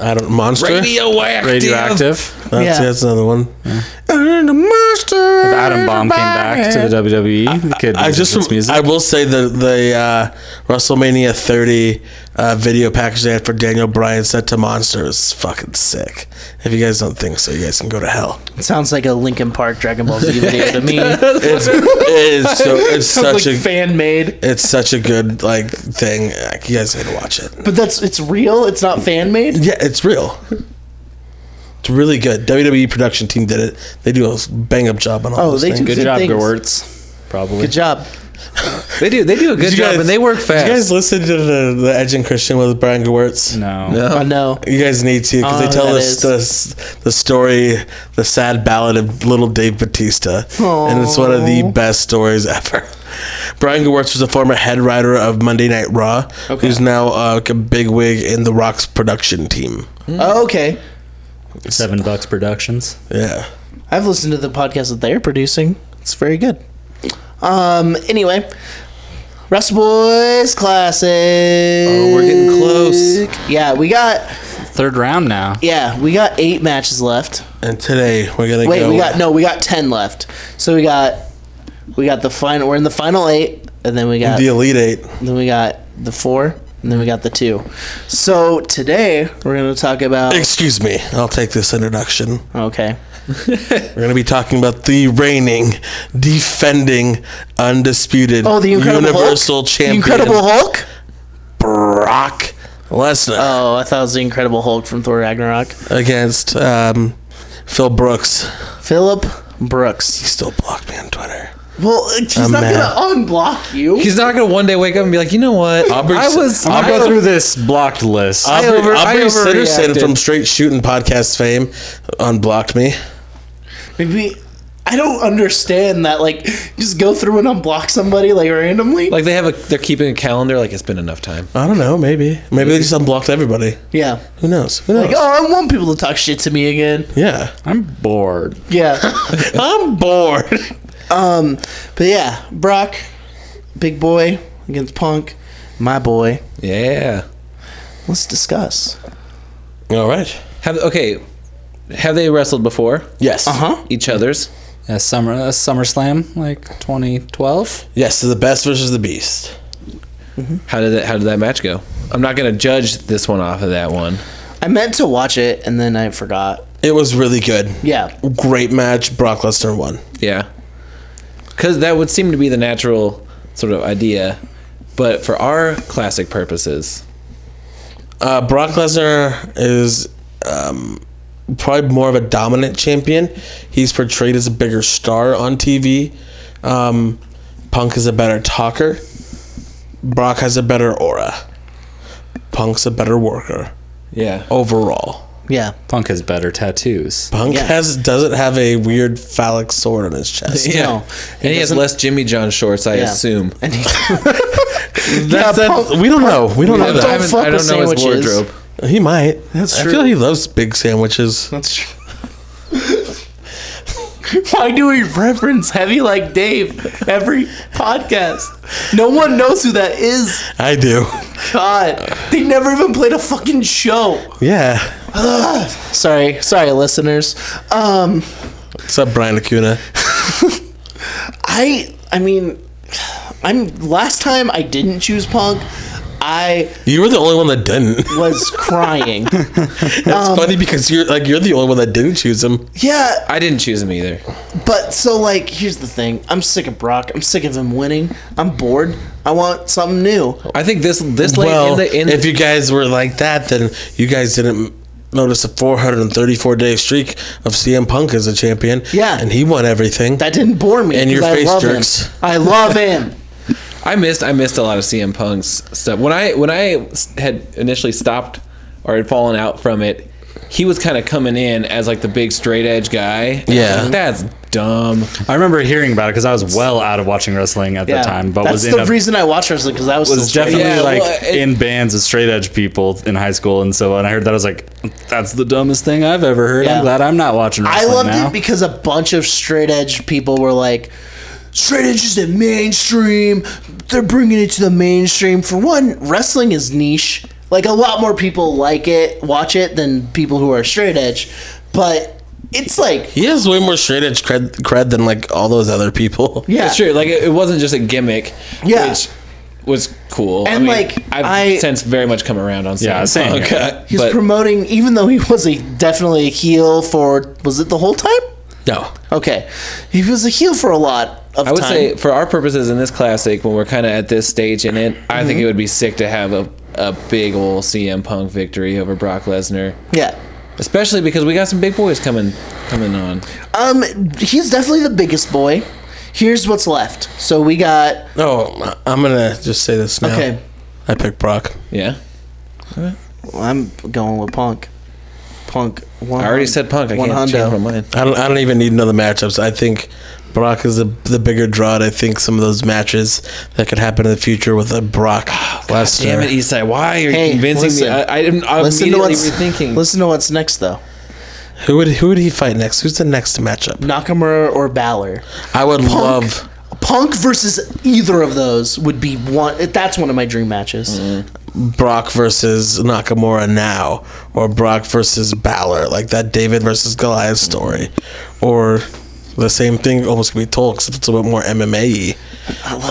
Speaker 5: I don't monster.
Speaker 3: Radioactive.
Speaker 4: Radioactive.
Speaker 5: That's,
Speaker 2: Yeah.
Speaker 5: that's another one. And a monster.
Speaker 4: If Adam Bomb came back to the WWE, the kid
Speaker 5: I just
Speaker 4: this music.
Speaker 5: I will say the the uh, WrestleMania 30 uh, video package they had for Daniel Bryan set to Monster is fucking sick. If you guys don't think so, you guys can go to hell.
Speaker 2: It sounds like a Linkin Park Dragon Ball Z video to me.
Speaker 5: It's, it is so it's
Speaker 2: Sounds
Speaker 5: such
Speaker 2: like
Speaker 5: a
Speaker 2: fan made.
Speaker 5: it's such a good like thing. Like, You guys need to watch it.
Speaker 2: But that's it's real. It's not fan made.
Speaker 5: Yeah, it's real. It's really good. WWE production team did it. They do a bang up job on all.
Speaker 2: Oh,
Speaker 5: those
Speaker 2: they
Speaker 5: things.
Speaker 2: do
Speaker 4: Good
Speaker 2: good
Speaker 4: job,
Speaker 2: things.
Speaker 4: Gerwertz. Probably.
Speaker 2: Good job.
Speaker 3: They do. They do a good
Speaker 5: Did you
Speaker 3: job,
Speaker 5: guys-
Speaker 3: and they work
Speaker 5: Did
Speaker 3: fast.
Speaker 5: you guys listen to the, the Edge and Christian with Brian Gewirtz?
Speaker 4: No.
Speaker 2: Oh no.
Speaker 5: You guys need to because
Speaker 2: Oh,
Speaker 5: they tell
Speaker 2: that
Speaker 5: us
Speaker 2: is.
Speaker 5: this, the story, the sad ballad of little Dave Batista, and it's one of the best stories ever. Brian Gewirtz was a former head writer of Monday Night Raw, who's now uh, like a big wig in The Rock's production team.
Speaker 2: Oh, okay.
Speaker 4: Seven Bucks Productions.
Speaker 5: Yeah,
Speaker 2: I've listened to the podcast that they're producing. It's very good. Um. Anyway, Rust Boys Classic. Oh,
Speaker 3: we're getting close.
Speaker 2: Yeah, we got
Speaker 4: Third round now.
Speaker 2: yeah we got eight matches left.
Speaker 5: and today we're gonna
Speaker 2: Wait,
Speaker 5: go.
Speaker 2: we got no, we got ten left. So we got we got the final. We're in the final eight, and then we got
Speaker 5: the Elite Eight.
Speaker 2: then we got the four, and then we got the two. So today we're gonna talk about
Speaker 5: Excuse me, I'll take this introduction.
Speaker 2: okay.
Speaker 5: We're gonna be talking about the reigning, defending, undisputed,
Speaker 2: Oh, the Incredible
Speaker 5: Universal
Speaker 2: Hulk? The
Speaker 5: Champion,
Speaker 2: Incredible Hulk.
Speaker 5: Brock Lesnar.
Speaker 2: Oh, I thought it was the Incredible Hulk from Thor Ragnarok.
Speaker 5: against um, Phil Brooks.
Speaker 2: Philip Brooks.
Speaker 5: He still blocked me on Twitter.
Speaker 2: Well, uh, he's
Speaker 5: I'm
Speaker 2: not
Speaker 5: mad.
Speaker 2: gonna unblock you.
Speaker 3: He's not gonna one day wake up and be like, you know what?
Speaker 5: Aubrey-
Speaker 3: I was.
Speaker 4: I'm
Speaker 3: I
Speaker 4: gonna go
Speaker 3: was-
Speaker 4: through this blocked list.
Speaker 3: I
Speaker 5: Aubrey,
Speaker 3: over- I
Speaker 5: Aubrey Sitterson
Speaker 3: overreacted.
Speaker 5: from Straight Shooting Podcast fame unblocked me.
Speaker 2: Maybe I don't understand that. Like, just go through and unblock somebody like randomly.
Speaker 3: Like they have a. They're keeping a calendar. Like it's been enough time.
Speaker 5: I don't know. Maybe. Maybe they just unblocked everybody.
Speaker 2: yeah.
Speaker 5: Who knows? Who knows?
Speaker 2: Like, oh, I want people to talk shit to me again.
Speaker 5: Yeah.
Speaker 4: I'm bored.
Speaker 2: Yeah.
Speaker 5: I'm bored.
Speaker 2: um, but yeah, Brock, big boy against Punk, my boy.
Speaker 3: Yeah.
Speaker 2: Let's discuss.
Speaker 5: All right.
Speaker 3: Have okay. Have they wrestled before?
Speaker 5: Yes.
Speaker 2: huh.
Speaker 3: Each other's.
Speaker 4: A summer, a SummerSlam, like 2012.
Speaker 5: Yes. So the best versus the beast.
Speaker 3: How did that? How did that match go? I'm not gonna judge this one off of that one.
Speaker 2: I meant to watch it and then I forgot.
Speaker 5: It was really good.
Speaker 2: Yeah.
Speaker 5: Great match. Brock Lesnar won.
Speaker 3: Yeah. Because that would seem to be the natural sort of idea, but for our classic purposes,
Speaker 5: Uh, Brock Lesnar is um, probably more of a dominant champion. He's portrayed as a bigger star on TV. Um, Punk is a better talker. Brock has a better aura. Punk's a better worker
Speaker 3: yeah.
Speaker 5: overall.
Speaker 2: Yeah.
Speaker 4: Punk has better tattoos.
Speaker 5: Punk
Speaker 2: Yeah.
Speaker 5: has doesn't have a weird phallic sword on his chest.
Speaker 3: Yeah.
Speaker 2: No,
Speaker 3: and he, has less Jimmy John shorts, I
Speaker 2: Yeah.
Speaker 3: assume.
Speaker 2: And he,
Speaker 5: Yeah, Punk- we don't know. We don't know
Speaker 2: Punk
Speaker 5: that.
Speaker 2: don't fuck with sandwiches.
Speaker 5: He might.
Speaker 2: That's
Speaker 5: I
Speaker 2: true.
Speaker 5: feel he loves big sandwiches.
Speaker 2: that's true. Why do we reference heavy like Dave every podcast? No one knows who that is.
Speaker 5: I do.
Speaker 2: God, they never even played a fucking show.
Speaker 5: Yeah.
Speaker 2: Sorry, sorry, listeners. Um,
Speaker 5: What's up, Brian Acuna?
Speaker 2: I, I mean, I'm. Last time I didn't choose Punk, I
Speaker 5: You were the only one that didn't.
Speaker 2: was crying.
Speaker 5: It's funny because you're like you're the only one that didn't choose him.
Speaker 2: yeah,
Speaker 3: I didn't choose him either.
Speaker 2: But so like here's the thing. I'm sick of Brock. I'm sick of him winning. I'm bored. I want something new.
Speaker 3: I think this this late
Speaker 5: well,
Speaker 3: in the in
Speaker 5: if you guys were like that, then you guys didn't noticed a 434 day streak of CM Punk as a champion.
Speaker 2: Yeah.
Speaker 5: and he won everything.
Speaker 2: That didn't bore me.
Speaker 5: And your
Speaker 2: 'cause I
Speaker 5: face
Speaker 2: love
Speaker 5: jerks.
Speaker 2: Him. I love him.
Speaker 3: I missed I missed a lot of CM Punk's stuff. When I when I s- had initially stopped or had fallen out from it, he was kind of coming in as like the big straight edge guy. And I was
Speaker 5: Yeah.
Speaker 3: like, that's dumb.
Speaker 4: I remember hearing about it because I was well out of watching wrestling at
Speaker 2: Yeah.
Speaker 4: the time, but
Speaker 2: That's
Speaker 4: was in
Speaker 2: the
Speaker 4: a,
Speaker 2: reason I watched wrestling because I was,
Speaker 4: was
Speaker 2: still
Speaker 4: definitely
Speaker 2: training.
Speaker 3: Yeah,
Speaker 4: like
Speaker 3: well, it-
Speaker 4: in bands with straight edge people in high school, and so when I heard that, I was like, "That's the dumbest thing I've ever heard."
Speaker 2: Yeah.
Speaker 4: I'm glad I'm not watching
Speaker 2: I
Speaker 4: wrestling
Speaker 2: loved
Speaker 4: now.
Speaker 2: it because a bunch of straight edge people were like, straight edge is the mainstream. They're bringing it to the mainstream. For one, wrestling is niche. Like a lot more people like it, watch it than people who are straight edge. But it's like,
Speaker 5: He has way more straight edge cred, cred than like all those other people.
Speaker 2: yeah,
Speaker 3: It's true. Like it, it wasn't just a gimmick.
Speaker 2: Yeah.
Speaker 3: Which was cool.
Speaker 2: And, like,
Speaker 3: I've
Speaker 2: I-
Speaker 3: since very much come around on CM
Speaker 4: Yeah, same
Speaker 3: Punk.
Speaker 4: here.
Speaker 2: He's
Speaker 3: But-
Speaker 2: promoting, even though he was a definitely a heel for was it the whole time?
Speaker 5: No,
Speaker 2: Okay, he was a heel for a lot of
Speaker 3: I would
Speaker 2: time.
Speaker 3: say, for our purposes in this classic, when we're kind of at this stage in it, I
Speaker 2: Mm-hmm.
Speaker 3: think it would be sick to have a, a big old CM Punk victory over Brock Lesnar,
Speaker 2: yeah.
Speaker 3: especially because we got some big boys coming coming on.
Speaker 2: Um, he's definitely the biggest boy. Here's what's left. So we got
Speaker 5: no, I'm gonna just say this now.
Speaker 2: okay.
Speaker 5: I picked Brock.
Speaker 3: Yeah,
Speaker 2: Well, I'm going with Punk. Punk. One,
Speaker 3: I already said Punk. I
Speaker 2: Um, one
Speaker 3: can't
Speaker 2: hundo.
Speaker 3: change my mind.
Speaker 5: I don't. I don't even need another matchups. I think Brock is the the bigger draw. and I think some of those matches that could happen in the future with a Brock Lesnar.
Speaker 3: Damn it, Eastside! Why are you
Speaker 2: Hey,
Speaker 3: convincing
Speaker 2: listen.
Speaker 3: me? I, I, am I'm
Speaker 2: Listen to
Speaker 3: immediately
Speaker 2: what's
Speaker 3: rethinking.
Speaker 2: Listen to what's next though.
Speaker 5: Who would who would he fight next? Who's the next matchup?
Speaker 2: Nakamura or Balor.
Speaker 5: I would
Speaker 2: Punk,
Speaker 5: love
Speaker 2: Punk versus either of those would be one. That's one of my dream matches.
Speaker 3: Mm.
Speaker 5: Brock versus Nakamura now, or Brock versus Balor, like that David versus Goliath story, or the same thing almost could be told except it's a little bit more MMA.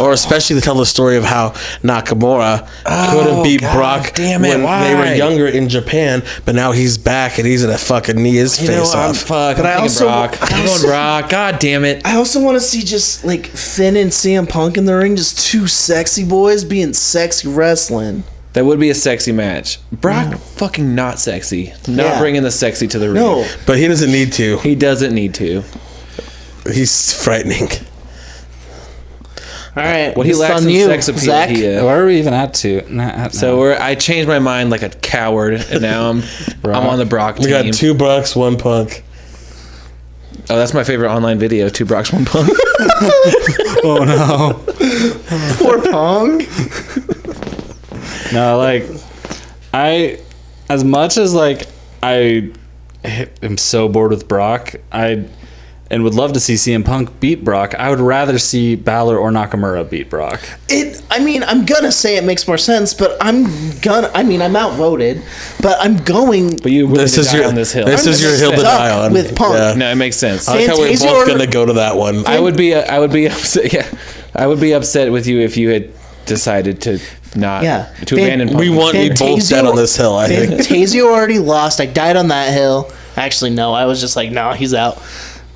Speaker 5: Or especially to tell the story of how Nakamura couldn't beat
Speaker 3: God
Speaker 5: Brock
Speaker 3: damn it,
Speaker 5: when they were
Speaker 3: why?
Speaker 5: younger in Japan, but now he's back and he's gonna fucking knee his
Speaker 3: you know,
Speaker 5: face
Speaker 3: I'm
Speaker 5: off.
Speaker 3: fuck.
Speaker 2: But I
Speaker 3: I'm
Speaker 2: also-
Speaker 3: thinking Brock.
Speaker 2: I
Speaker 3: I'm going
Speaker 2: also-
Speaker 3: Brock. God damn it!
Speaker 2: I also want to see just like Finn and CM Punk in the ring, just two sexy boys being sexy wrestling.
Speaker 3: That would be a sexy match. Brock, fucking not sexy. Not
Speaker 2: Mm. Yeah.
Speaker 3: bringing the sexy to the ring.
Speaker 2: No,
Speaker 5: but he doesn't need to.
Speaker 3: He doesn't need to.
Speaker 5: He's frightening.
Speaker 2: all right.
Speaker 3: Well, he
Speaker 2: it's
Speaker 3: lacks
Speaker 2: on
Speaker 3: in
Speaker 2: you,
Speaker 3: sex appeal.
Speaker 2: Zach.
Speaker 3: He, uh,
Speaker 4: Where are we even at to? Nah, I-
Speaker 3: so we're, I changed my mind like a coward, and now I'm I'm on the Brock team.
Speaker 5: We got two Brocks, one Punk.
Speaker 3: Oh, that's my favorite online video. Two Brocks, one Punk.
Speaker 4: oh no,
Speaker 2: Poor Punk.
Speaker 4: no, like I, as much as like I am so bored with Brock, I and would love to see CM Punk beat Brock. I would rather see Balor or Nakamura beat Brock.
Speaker 2: It. I mean, I'm gonna say it makes more sense, but I'm gonna. I mean, I'm outvoted, but I'm going.
Speaker 3: But you willing to
Speaker 5: is
Speaker 3: die
Speaker 5: your-
Speaker 3: on this hill?
Speaker 5: this is your hill to
Speaker 2: Stuck
Speaker 5: die on.
Speaker 2: with Punk.
Speaker 3: no, it makes sense.
Speaker 5: I like how we're
Speaker 2: Fantasia
Speaker 5: both
Speaker 2: or-
Speaker 5: gonna go to that one.
Speaker 3: I would be I would be upset. Yeah, I would be upset with you if you had decided to not
Speaker 2: Yeah.
Speaker 3: to
Speaker 2: Fan-
Speaker 3: abandon. Punk.
Speaker 5: we want you both
Speaker 2: Fantasio-
Speaker 5: dead on this hill. I think.
Speaker 2: Fantasio already lost. I died on that hill. Actually, no. I was just like, no, he's out.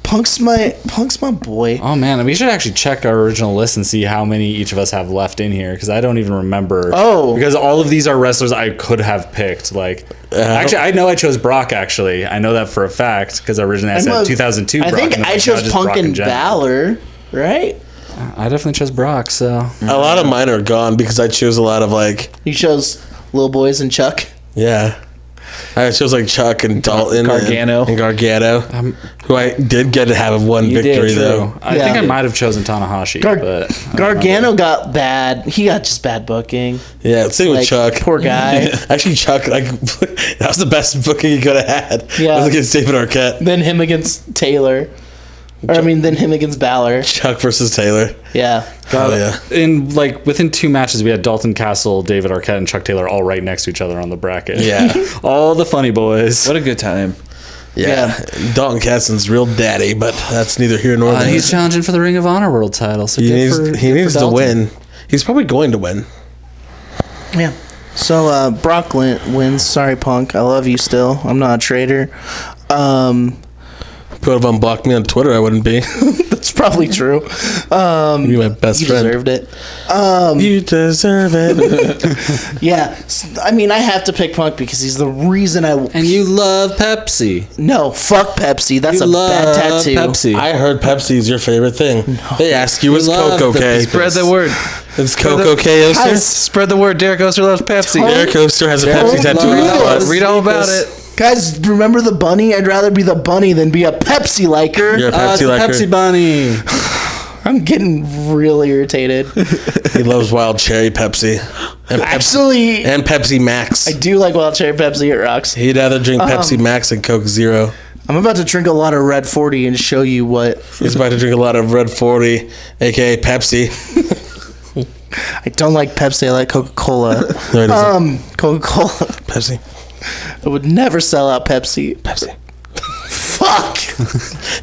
Speaker 2: Punk's my Punk's my boy.
Speaker 4: Oh man, we should actually check our original list and see how many each of us have left in here because I don't even remember.
Speaker 2: Oh.
Speaker 4: because all of these are wrestlers I could have picked. Like,
Speaker 2: Uh-huh.
Speaker 4: actually, I know I chose Brock. Actually, I know that for a fact because originally I, said
Speaker 2: I'm a-
Speaker 4: 2002.
Speaker 2: I
Speaker 4: Brock,
Speaker 2: think
Speaker 4: and then
Speaker 2: I
Speaker 4: was
Speaker 2: chose
Speaker 4: just
Speaker 2: Punk
Speaker 4: Brock in
Speaker 2: and
Speaker 4: general.
Speaker 2: Balor, right?
Speaker 4: I definitely chose Brock. So
Speaker 5: A lot of mine are gone because I choose a lot of like,
Speaker 2: You chose Little Boys and Chuck.
Speaker 5: yeah. I chose like Chuck and Dalton,
Speaker 3: Gargano.
Speaker 5: and, and Gargano, who I did get to have one
Speaker 3: You did,
Speaker 5: victory
Speaker 3: true.
Speaker 5: though.
Speaker 4: I
Speaker 2: Yeah.
Speaker 4: think I might have chosen Tanahashi,
Speaker 2: Gar-
Speaker 4: but I don't
Speaker 2: Gargano got bad. He got just bad booking.
Speaker 5: Yeah, same with
Speaker 2: Like,
Speaker 5: Chuck.
Speaker 2: poor guy.
Speaker 5: Actually, Chuck, like that was the best booking he could have had.
Speaker 2: Yeah.
Speaker 5: Yeah, was against David Arquette.
Speaker 2: Then him against Taylor. Or, I mean, then him against Balor.
Speaker 5: Chuck versus Taylor.
Speaker 2: Yeah.
Speaker 5: Hell
Speaker 4: know.
Speaker 5: yeah.
Speaker 4: uh, In like within two matches, we had Dalton Castle, David Arquette, and Chuck Taylor all right next to each other on the bracket.
Speaker 5: Yeah.
Speaker 4: all the funny boys.
Speaker 3: What a good time.
Speaker 5: yeah, Dalton Caston's real daddy, but that's neither here nor
Speaker 4: Uh,
Speaker 5: there.
Speaker 4: he's challenging for the Ring of Honor World title. So
Speaker 5: he
Speaker 4: good
Speaker 5: needs,
Speaker 4: for- good
Speaker 5: he
Speaker 4: for
Speaker 5: needs to
Speaker 4: Dalton.
Speaker 5: win. He's probably going to win.
Speaker 2: Yeah. So uh, Brock Lin- wins. Sorry, Punk. I love you still. I'm not a traitor. Um,
Speaker 5: If you would have unblocked me on Twitter, I wouldn't be.
Speaker 2: That's probably true. Um,
Speaker 5: You'd be my best
Speaker 2: you
Speaker 5: friend.
Speaker 2: deserved it. Um,
Speaker 5: you deserve it.
Speaker 2: yeah, S- I mean, I have to pick Punk because he's the reason I.
Speaker 6: And you love Pepsi.
Speaker 2: no, fuck Pepsi. That's
Speaker 6: You
Speaker 2: a bad
Speaker 6: love
Speaker 2: tattoo.
Speaker 6: Pepsi.
Speaker 5: I heard Pepsi's your favorite thing. They ask you, is
Speaker 6: love
Speaker 5: Coke
Speaker 6: the
Speaker 5: okay?
Speaker 6: Pepsi.
Speaker 3: Spread the word.
Speaker 5: Is Coke okay, Oster?
Speaker 2: Guys,
Speaker 3: Spread the word. Derek Oster loves Pepsi.
Speaker 2: Totally.
Speaker 5: Air Coaster has a
Speaker 6: Don't
Speaker 5: Pepsi
Speaker 6: love
Speaker 5: tattoo. Read all
Speaker 6: us.
Speaker 5: us.
Speaker 3: Read all about
Speaker 6: Sneakers.
Speaker 3: it.
Speaker 2: Guys, remember the bunny? I'd rather be the bunny than be a Pepsi liker.
Speaker 5: You're a
Speaker 6: Uh, it's
Speaker 5: Pepsi liker.
Speaker 6: Pepsi Bunny.
Speaker 2: I'm getting real irritated.
Speaker 5: He loves wild cherry Pepsi. And, Pep-
Speaker 2: Actually,
Speaker 5: and Pepsi Max.
Speaker 2: I do like wild cherry Pepsi. It rocks.
Speaker 5: He'd rather drink Pepsi Max than Coke Zero.
Speaker 2: I'm about to drink a lot of Red 40 and show you what.
Speaker 5: He's about to drink a lot of Red 40, aka Pepsi.
Speaker 2: I don't like Pepsi. I like Coca Cola.
Speaker 5: No, he doesn't.
Speaker 2: um, Coca Cola.
Speaker 5: Pepsi.
Speaker 2: I would never sell out Pepsi. Pepsi. Fuck.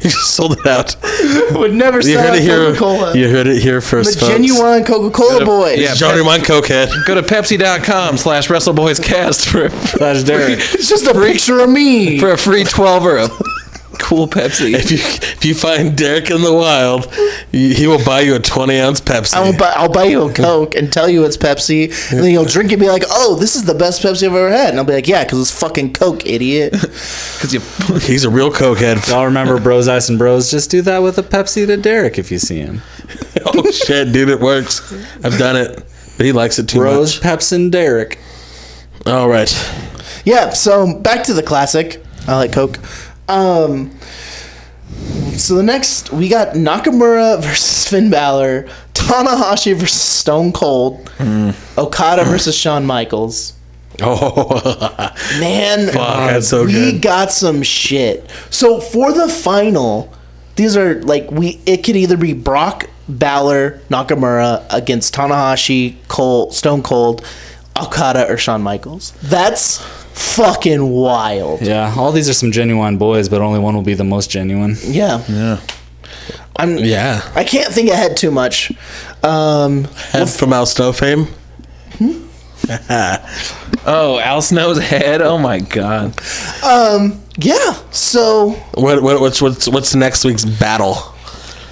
Speaker 5: He just sold it out.
Speaker 2: I would never
Speaker 5: You
Speaker 2: sell
Speaker 5: heard
Speaker 2: out
Speaker 5: it here.
Speaker 2: Coca Cola.
Speaker 5: You heard it here
Speaker 2: I'm a
Speaker 5: first, folks.
Speaker 2: genuine Coca Cola boy.
Speaker 3: yeah.
Speaker 5: Johnny Mon Cokehead.
Speaker 3: Go to pepsi.com slash WrestleBoysCast for,
Speaker 5: Slash Derek.
Speaker 2: It's just a picture of me.
Speaker 3: for a free 12 or a cool Pepsi.
Speaker 5: If you if you find Derek in the wild, y- he will buy you a twenty ounce Pepsi.
Speaker 2: I'll buy, I'll buy you a Coke and tell you it's Pepsi, and then you'll drink it and be like, oh, this is the best Pepsi I've ever had. And I'll be like, yeah, because it's fucking Coke, idiot.
Speaker 3: Because you
Speaker 5: He's a real cokehead.
Speaker 4: Y'all remember Bros Ice and Bros? Just do that with a Pepsi to Derek if you see him.
Speaker 5: oh shit, dude, it works. I've done it, but he likes it too
Speaker 4: Bros,
Speaker 5: much.
Speaker 4: Peps, and Derek.
Speaker 5: All right,
Speaker 2: yeah, so back to the classic. I like Coke. Um, so the next, we got Nakamura versus Finn Balor, Tanahashi versus Stone Cold,
Speaker 5: Mm.
Speaker 2: Okada versus Shawn Michaels.
Speaker 5: oh,
Speaker 2: Man,
Speaker 5: that's so
Speaker 2: we
Speaker 5: good.
Speaker 2: got some shit. So for the final, these are like we. It could either be Brock Balor Nakamura against Tanahashi, Cole, Stone Cold, Okada, or Shawn Michaels. That's fucking wild.
Speaker 4: Yeah, all these are some genuine boys, but only one will be the most genuine.
Speaker 2: Yeah.
Speaker 3: Yeah.
Speaker 2: I'm.
Speaker 5: yeah.
Speaker 2: I can't think ahead too much. Um,
Speaker 5: Head from Al Snow fame.
Speaker 3: Oh, Al Snow's head. Oh my God.
Speaker 2: Um, yeah. So
Speaker 5: What, what what's what's what's next week's battle?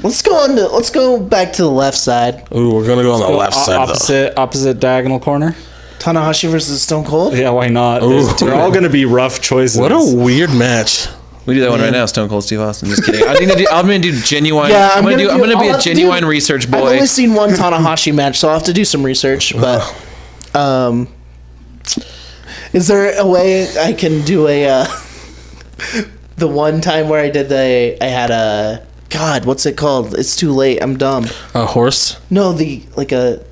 Speaker 2: let's go on to let's go back to the left side.
Speaker 5: Ooh, we're gonna go on the left
Speaker 4: O-
Speaker 5: side though.
Speaker 4: opposite, opposite diagonal corner.
Speaker 2: Tanahashi versus Stone Cold.
Speaker 4: Yeah, why not?
Speaker 5: Ooh.
Speaker 4: They're all going to be rough choices.
Speaker 5: What a weird match.
Speaker 3: We do that one right now. Stone Cold Steve Austin. Just kidding. I need to do, I'm going to do genuine.
Speaker 2: Yeah,
Speaker 3: I'm, going to do, I'm going to be
Speaker 2: I'll
Speaker 3: a
Speaker 2: have to
Speaker 3: genuine
Speaker 2: do-
Speaker 3: research
Speaker 2: I've
Speaker 3: boy.
Speaker 2: only seen one Tanahashi match, so I'll have to do some research. But um, is there a way I can do a uh, the one time where I did the I had a God, what's it called? It's too late. I'm dumb.
Speaker 5: A horse.
Speaker 2: No, the like a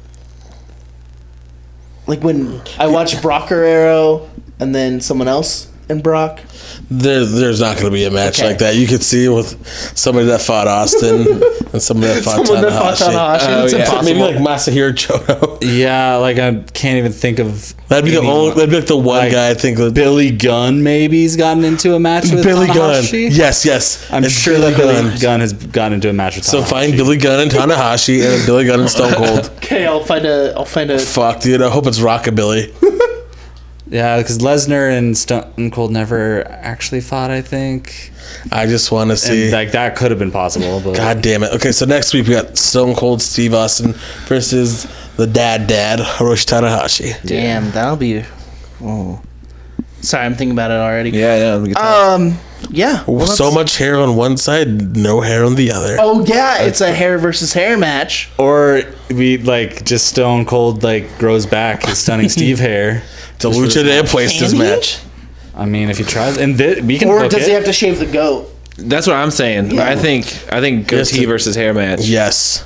Speaker 2: like when I watched Brock Arrow and then someone else and Brock.
Speaker 5: There, there's not going to be a match
Speaker 2: Okay.
Speaker 5: like that. You could see with somebody that fought Austin and somebody that fought
Speaker 2: Someone that fought
Speaker 5: Tanahashi.
Speaker 2: Tanahashi.
Speaker 3: Oh,
Speaker 2: It's
Speaker 3: yeah.
Speaker 2: impossible.
Speaker 5: Maybe like Masahiro Chono.
Speaker 4: Yeah, like I can't even think of.
Speaker 5: That'd be the
Speaker 4: anyone.
Speaker 5: only. That'd be like the one
Speaker 4: Like,
Speaker 5: guy I think. That,
Speaker 4: Billy Gunn maybe's gotten into a match with
Speaker 5: Billy Gunn.
Speaker 4: Tanahashi.
Speaker 5: Yes, yes.
Speaker 4: I'm
Speaker 5: It's
Speaker 4: sure that Billy Gunn. has gotten into a match with
Speaker 5: So
Speaker 4: Tanahashi.
Speaker 5: find Billy Gunn and Tanahashi and then Billy Gunn and Stone Cold.
Speaker 2: okay, I'll find a I'll find a
Speaker 5: Fuck, dude. I hope it's Rockabilly.
Speaker 4: Yeah, because Lesnar and Stone Cold never actually fought. I think.
Speaker 5: I just want to
Speaker 4: And,
Speaker 5: see.
Speaker 4: like that could have been possible, but
Speaker 5: God damn it. Okay, so next week we got Stone Cold Steve Austin versus the dad dad Hiroshi Tanahashi.
Speaker 2: Damn, that'll be. Oh. Sorry, I'm thinking about it already.
Speaker 3: yeah, yeah. we can talk.
Speaker 2: Um. Yeah. well,
Speaker 5: so
Speaker 2: that's-
Speaker 5: much hair on one side, no hair on the other.
Speaker 2: Oh yeah, it's a hair versus hair match.
Speaker 4: or we like just Stone Cold like grows back his stunning Steve hair.
Speaker 5: The Lucha Day placed his
Speaker 2: Can he?
Speaker 5: match.
Speaker 4: I mean, if he tries, and thi- we can.
Speaker 2: Or
Speaker 4: book
Speaker 2: does
Speaker 4: it.
Speaker 2: he have to shave the goat?
Speaker 3: That's what I'm saying. I think I think
Speaker 5: Yes,
Speaker 3: goatee
Speaker 5: it-
Speaker 3: versus hair match.
Speaker 5: Yes.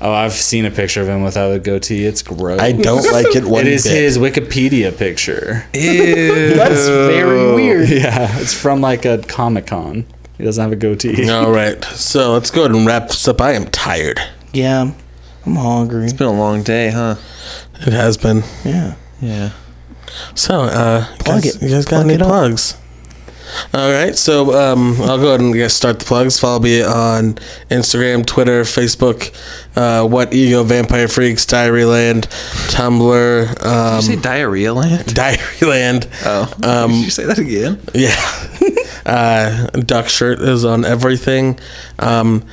Speaker 4: Oh, I've seen a picture of him without a goatee. It's gross.
Speaker 5: I don't like it one
Speaker 4: it is
Speaker 5: bit.
Speaker 4: his Wikipedia picture.
Speaker 2: That's very weird.
Speaker 4: Oh, Yeah, it's from like a Comic Con. He doesn't have a goatee.
Speaker 5: All right. So let's go ahead and wrap this up. I am tired.
Speaker 2: Yeah, I'm hungry.
Speaker 3: It's been a long day, huh?
Speaker 5: It has been.
Speaker 2: Yeah.
Speaker 3: Yeah.
Speaker 5: So, uh,
Speaker 2: Plug
Speaker 5: guys,
Speaker 2: it.
Speaker 5: you guys got
Speaker 2: Plug
Speaker 5: any
Speaker 2: it up.
Speaker 5: plugs? All right, so um, I'll go ahead and get start the plugs. Follow me on Instagram, Twitter, Facebook, uh, What Ego, Vampire Freaks, Diaryland, Tumblr, um,
Speaker 3: Did you say diarrhea land?
Speaker 5: Diaryland.
Speaker 3: Oh,
Speaker 5: Um,
Speaker 3: did you say that again?
Speaker 5: Yeah. uh, duck shirt is on everything. Um,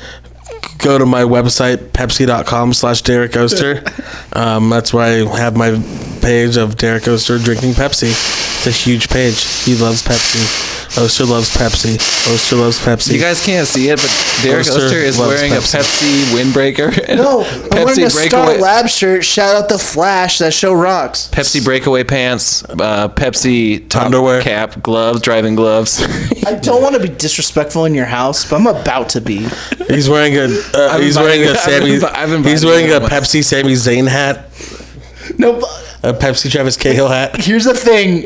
Speaker 5: go to my website, pepsi.com slash Derek Oster. Um, that's where I have my page of Derek Oster drinking Pepsi. It's a huge page. He loves Pepsi. Oster loves Pepsi. Oster loves Pepsi.
Speaker 3: You guys can't see it, but Derek
Speaker 5: Oster
Speaker 3: Oster, is
Speaker 5: loves
Speaker 3: wearing a Pepsi
Speaker 5: Pepsi.
Speaker 3: windbreaker. and
Speaker 2: No, I'm wearing a
Speaker 3: Pepsi
Speaker 2: Star
Speaker 3: breakaway.
Speaker 2: Lab shirt. Shout out the Flash. That show rocks.
Speaker 3: Pepsi breakaway pants, uh, Pepsi top
Speaker 5: Underwear.
Speaker 3: cap, gloves, driving gloves.
Speaker 2: I don't want to be disrespectful in your house, but I'm about to be.
Speaker 5: He's wearing a uh,
Speaker 3: I've
Speaker 5: he's
Speaker 3: invited-
Speaker 5: wearing a
Speaker 3: I've
Speaker 5: Sammy
Speaker 3: invi- I've invited
Speaker 5: he's wearing a
Speaker 3: everyone.
Speaker 5: Pepsi Sammy Zayn hat,
Speaker 2: No, but
Speaker 5: a Pepsi Travis Cahill hat,
Speaker 2: here's the thing.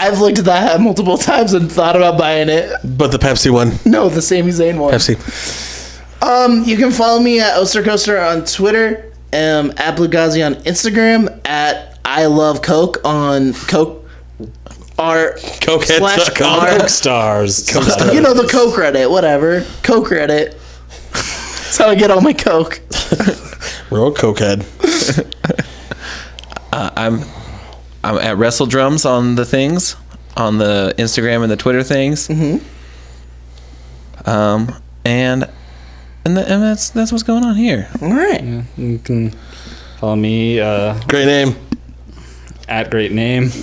Speaker 2: I've looked at that hat multiple times and thought about buying it.
Speaker 5: but the Pepsi one.
Speaker 2: No, the Sami Zayn one.
Speaker 5: Pepsi.
Speaker 2: Um, you can follow me at Ostercoaster on Twitter, um, at Blugazi on Instagram, at I Love Coke on Coke R slash
Speaker 5: Cokeheads.com.
Speaker 2: R.
Speaker 4: Coke stars.
Speaker 2: You know the Coke Reddit, whatever. Coke Reddit. That's how I get all my Coke.
Speaker 5: Real cokehead.
Speaker 3: I'm I'm at Wrestle Drums on the things, on the Instagram and the Twitter things. Mm-hmm. Um, and and, the, and that's that's what's going on here.
Speaker 2: All right.
Speaker 4: You can follow Mm, me uh,
Speaker 5: Great name.
Speaker 4: at great name.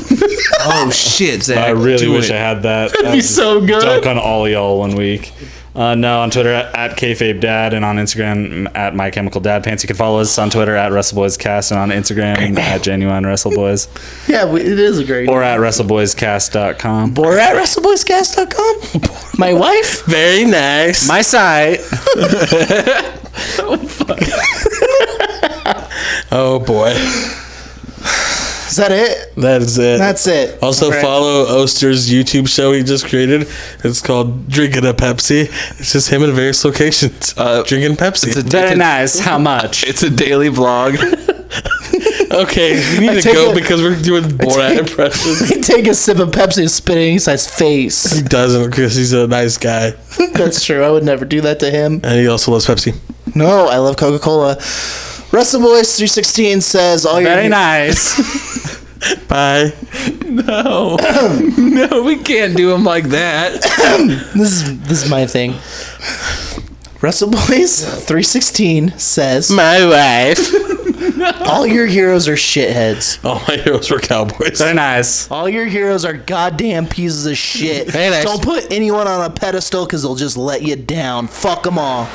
Speaker 3: Oh shit, Zach!
Speaker 4: I really wish I had that. That'd
Speaker 2: be so good.
Speaker 4: Dunk on all y'all one week. Uh, no, on Twitter at, at kfabedad and on Instagram mm, at my chemical dad pants. You can follow us on Twitter at WrestleBoysCast and on Instagram at genuine WrestleBoys
Speaker 2: Yeah, we, it is a great.
Speaker 4: or at WrestleBoysCast.com.
Speaker 2: Or at WrestleBoysCast.com. My wife.
Speaker 5: Very nice.
Speaker 3: My side.
Speaker 5: oh boy,
Speaker 2: Is that it?
Speaker 5: that is it.
Speaker 2: That's it.
Speaker 5: Also
Speaker 2: Right.
Speaker 5: follow Oster's YouTube show he just created. It's called Drinking a Pepsi. It's just him in various locations
Speaker 3: Uh,
Speaker 5: drinking Pepsi.
Speaker 3: It's a, it's
Speaker 4: Very
Speaker 3: a-
Speaker 4: nice. How much?
Speaker 3: it's a daily vlog.
Speaker 5: okay, we need to
Speaker 2: take
Speaker 5: go
Speaker 2: a-
Speaker 5: because we're doing Borat impressions.
Speaker 2: He take a sip of Pepsi and spit it in his
Speaker 5: He
Speaker 2: face.
Speaker 5: doesn't because he's a nice guy
Speaker 2: That's true. I would never do that to him.
Speaker 5: and he also loves Pepsi.
Speaker 2: No, I love Coca Cola. Russell Boys three sixteen says all your
Speaker 4: Very nice.
Speaker 5: Bye.
Speaker 3: No, no, we can't do them like that.
Speaker 2: this is this is my thing. Russell Boys three sixteen says
Speaker 5: My wife.
Speaker 2: all your heroes are shitheads.
Speaker 5: All my heroes were cowboys.
Speaker 4: Very nice.
Speaker 2: All your heroes are goddamn pieces of shit.
Speaker 5: Hey, nice.
Speaker 2: Don't put anyone on a pedestal because they'll just let you down. Fuck them all.